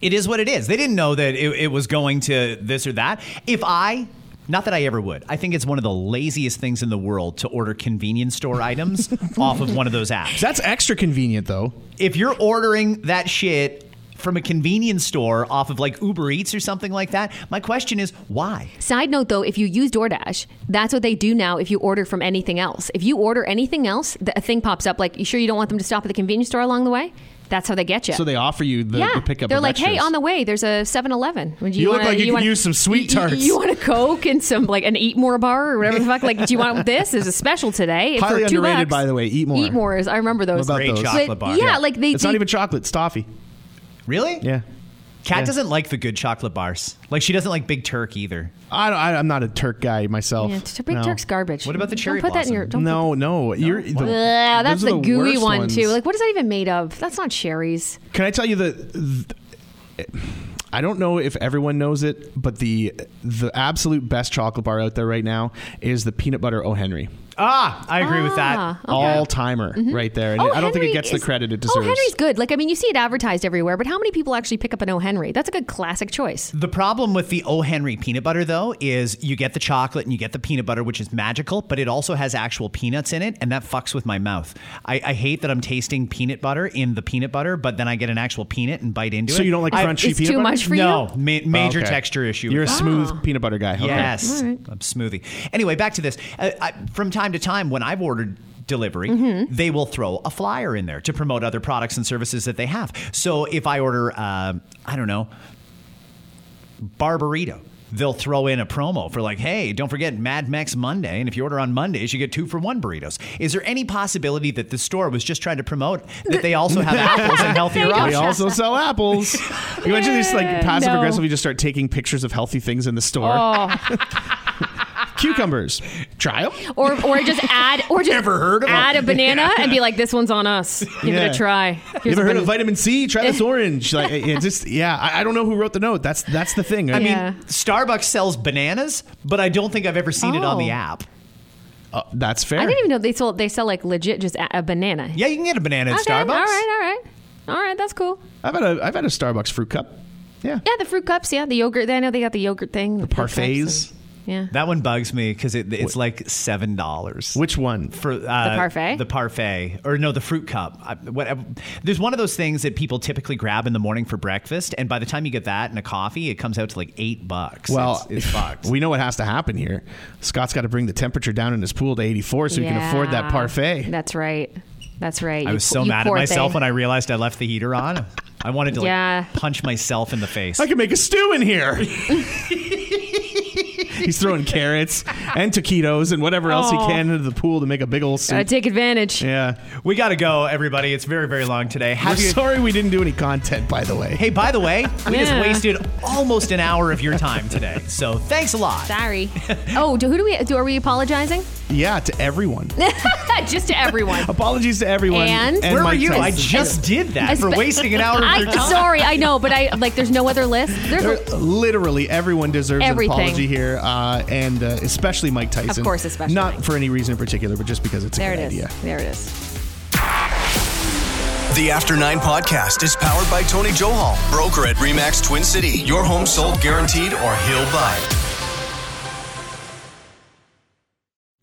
[SPEAKER 4] It is what it is. They didn't know that it, it was going to this or that. If I, not that I ever would, I think it's one of the laziest things in the world to order convenience store items off of one of those apps.
[SPEAKER 5] That's extra convenient though.
[SPEAKER 4] If you're ordering that shit from a convenience store off of like Uber Eats or something like that, my question is why?
[SPEAKER 3] Side note though, if you use DoorDash, that's what they do now if you order from anything else. If you order anything else, th- a thing pops up like, you sure you don't want them to stop at the convenience store along the way? That's how they get you.
[SPEAKER 5] So they offer you the,
[SPEAKER 3] yeah.
[SPEAKER 5] the pickup.
[SPEAKER 3] They're
[SPEAKER 5] of
[SPEAKER 3] like, hey,
[SPEAKER 5] extras.
[SPEAKER 3] on the way, there's a 7 Eleven. You,
[SPEAKER 5] You look
[SPEAKER 3] wanna-
[SPEAKER 5] like you could
[SPEAKER 3] wanna-
[SPEAKER 5] use some sweet
[SPEAKER 3] you- you-
[SPEAKER 5] tarts."
[SPEAKER 3] You, want a Coke and some, like, an Eat More bar or whatever the fuck? Like, do you want this? There's a special today. for
[SPEAKER 5] Highly
[SPEAKER 3] two
[SPEAKER 5] underrated,
[SPEAKER 3] bucks.
[SPEAKER 5] by the way, Eat More.
[SPEAKER 3] Eat More is, I remember those.
[SPEAKER 5] about
[SPEAKER 4] Great
[SPEAKER 5] those.
[SPEAKER 4] chocolate
[SPEAKER 3] But-
[SPEAKER 4] bar.
[SPEAKER 3] Yeah, like they.
[SPEAKER 5] it's not
[SPEAKER 3] they-
[SPEAKER 5] even chocolate. It's toffee.
[SPEAKER 4] Really?
[SPEAKER 5] Yeah.
[SPEAKER 4] Kat
[SPEAKER 5] Yeah.
[SPEAKER 4] doesn't like the good chocolate bars. Like she doesn't like Big Turk either.
[SPEAKER 5] I, don't, I I'm not a Turk guy myself.
[SPEAKER 3] yeah, t- Big
[SPEAKER 5] No.
[SPEAKER 3] Turk's garbage.
[SPEAKER 4] What about the cherry
[SPEAKER 3] Don't put that in
[SPEAKER 4] blossom?
[SPEAKER 3] your. Don't put-
[SPEAKER 5] No, no. You're the,
[SPEAKER 3] Ugh, that's
[SPEAKER 5] those are
[SPEAKER 3] the, gooey
[SPEAKER 5] worst
[SPEAKER 3] one
[SPEAKER 5] ones.
[SPEAKER 3] too. Like, what is that even made of? That's not cherries.
[SPEAKER 5] Can I tell you the? th- I don't know if everyone knows it, but the the absolute best chocolate bar out there right now is the peanut butter O Henry,
[SPEAKER 4] Ah, I agree with that.
[SPEAKER 3] Ah, okay.
[SPEAKER 5] all timer right there, and
[SPEAKER 3] Oh,
[SPEAKER 5] I don't think
[SPEAKER 3] Henry
[SPEAKER 5] it gets
[SPEAKER 3] is-
[SPEAKER 5] the credit it deserves.
[SPEAKER 3] Oh, Henry's good. Like, I mean, you see it advertised everywhere, but how many people actually pick up an O. Henry? That's a good classic choice.
[SPEAKER 4] The problem with the O. Henry peanut butter, though, is you get the chocolate and you get the peanut butter, which is magical, but it also has actual peanuts in it, and that fucks with my mouth. I, I hate that I'm tasting peanut butter in the peanut butter, but then I get an actual peanut and bite into it.
[SPEAKER 5] so you don't like
[SPEAKER 4] I-
[SPEAKER 5] crunchy
[SPEAKER 3] it's
[SPEAKER 5] peanut
[SPEAKER 3] too
[SPEAKER 5] butter?
[SPEAKER 3] much for
[SPEAKER 4] no,
[SPEAKER 3] you?
[SPEAKER 4] ma- major
[SPEAKER 5] Okay.
[SPEAKER 4] texture issue. Ah, with
[SPEAKER 5] You're a
[SPEAKER 4] that.
[SPEAKER 5] smooth peanut butter guy. Okay.
[SPEAKER 4] Yes, a smoothie. Anyway, back to this. Uh, I, from time to time, when I've ordered delivery, they will throw a flyer in there to promote other products and services that they uh, have. So if I order, um I don't know, Barburrito. they'll throw in a promo for like, hey, don't forget Mad Max Monday, and if you order on Mondays, you get two for one burritos. Is there any possibility that the store was just trying to promote that they also have apples and healthier
[SPEAKER 5] We
[SPEAKER 4] options?
[SPEAKER 5] also sell apples. You imagine these like
[SPEAKER 3] Oh. Yeah,
[SPEAKER 5] passive
[SPEAKER 3] no. Oh.
[SPEAKER 5] aggressively just start taking pictures of healthy things in the store. Cucumbers, try them.
[SPEAKER 3] Or, or just add or just
[SPEAKER 4] Ever heard of
[SPEAKER 3] add
[SPEAKER 4] them?
[SPEAKER 3] a banana and be like, this one's on us. Give
[SPEAKER 5] Yeah.
[SPEAKER 3] it a try.
[SPEAKER 5] You
[SPEAKER 3] Here's
[SPEAKER 5] ever
[SPEAKER 3] a
[SPEAKER 5] heard
[SPEAKER 3] ban-
[SPEAKER 5] of vitamin C? Try this orange. Like it just yeah. I, I don't know who wrote the note. That's that's the thing. I mean,
[SPEAKER 3] Yeah.
[SPEAKER 4] Starbucks sells bananas, but I don't think I've ever seen it on
[SPEAKER 3] Oh.
[SPEAKER 4] the app.
[SPEAKER 5] uh, that's fair.
[SPEAKER 3] I didn't even know they sold. They sell like legit just a, a banana.
[SPEAKER 4] Yeah, you can get a banana at
[SPEAKER 3] Okay.
[SPEAKER 4] Starbucks.
[SPEAKER 3] All right. All right. All right. That's cool.
[SPEAKER 5] I've had a I've had a Starbucks fruit cup. Yeah.
[SPEAKER 3] Yeah, the fruit cups. Yeah, the yogurt. I know they got the yogurt thing. The, fruit cups
[SPEAKER 5] parfaits.
[SPEAKER 3] and- yeah.
[SPEAKER 4] That one bugs me because it, it's like seven dollars.
[SPEAKER 5] Which one?
[SPEAKER 4] for uh, the
[SPEAKER 3] parfait?
[SPEAKER 4] the parfait, or no, the fruit cup. I, whatever. There's one of those things that people typically grab in the morning for breakfast, and by the time you get that and a coffee, it comes out to like eight bucks.
[SPEAKER 5] Well,
[SPEAKER 4] it's, it's bucks.
[SPEAKER 5] we know what has to happen here. Scott's got to bring the temperature down in his pool to 84 so he can afford that
[SPEAKER 3] Yeah.
[SPEAKER 5] parfait.
[SPEAKER 3] That's right. That's right.
[SPEAKER 4] I was so mad at myself when I realized I left the heater on. I wanted to like
[SPEAKER 3] Yeah.
[SPEAKER 4] punch myself in the face.
[SPEAKER 5] I can make a stew in here. He's throwing carrots and taquitos and whatever else he
[SPEAKER 3] Oh.
[SPEAKER 5] can into the pool to make a big ol' soup.
[SPEAKER 3] I Uh, take advantage.
[SPEAKER 5] yeah.
[SPEAKER 4] We got to go, everybody. It's very very long today.
[SPEAKER 5] We're
[SPEAKER 4] Have you?
[SPEAKER 5] sorry we didn't do any content, by the way.
[SPEAKER 4] Hey, by the way, we just
[SPEAKER 3] Yeah.
[SPEAKER 4] wasted almost an hour of your time today. So thanks a lot.
[SPEAKER 3] Sorry. oh, do, who do we? Do are we apologizing?
[SPEAKER 5] Yeah, to everyone.
[SPEAKER 3] just to everyone.
[SPEAKER 5] Apologies to everyone.
[SPEAKER 3] And?
[SPEAKER 4] Where were
[SPEAKER 5] Mike
[SPEAKER 4] you? I
[SPEAKER 5] Tyson.
[SPEAKER 4] just did that for
[SPEAKER 3] Espe-
[SPEAKER 4] wasting an hour of your
[SPEAKER 3] I,
[SPEAKER 4] time.
[SPEAKER 3] sorry, I know, but I like. There's no other list. There's
[SPEAKER 5] There- Literally everyone deserves
[SPEAKER 3] Everything.
[SPEAKER 5] an apology here, uh, and uh, especially Mike Tyson.
[SPEAKER 3] course, especially
[SPEAKER 5] Not
[SPEAKER 3] Mike.
[SPEAKER 5] for any reason in particular, but just because it's a
[SPEAKER 3] there it
[SPEAKER 5] good
[SPEAKER 3] is.
[SPEAKER 5] idea.
[SPEAKER 3] There it is.
[SPEAKER 2] The After Nine podcast is powered by Tony Johal, broker at Remax Twin City. Your home sold guaranteed or he'll buy it.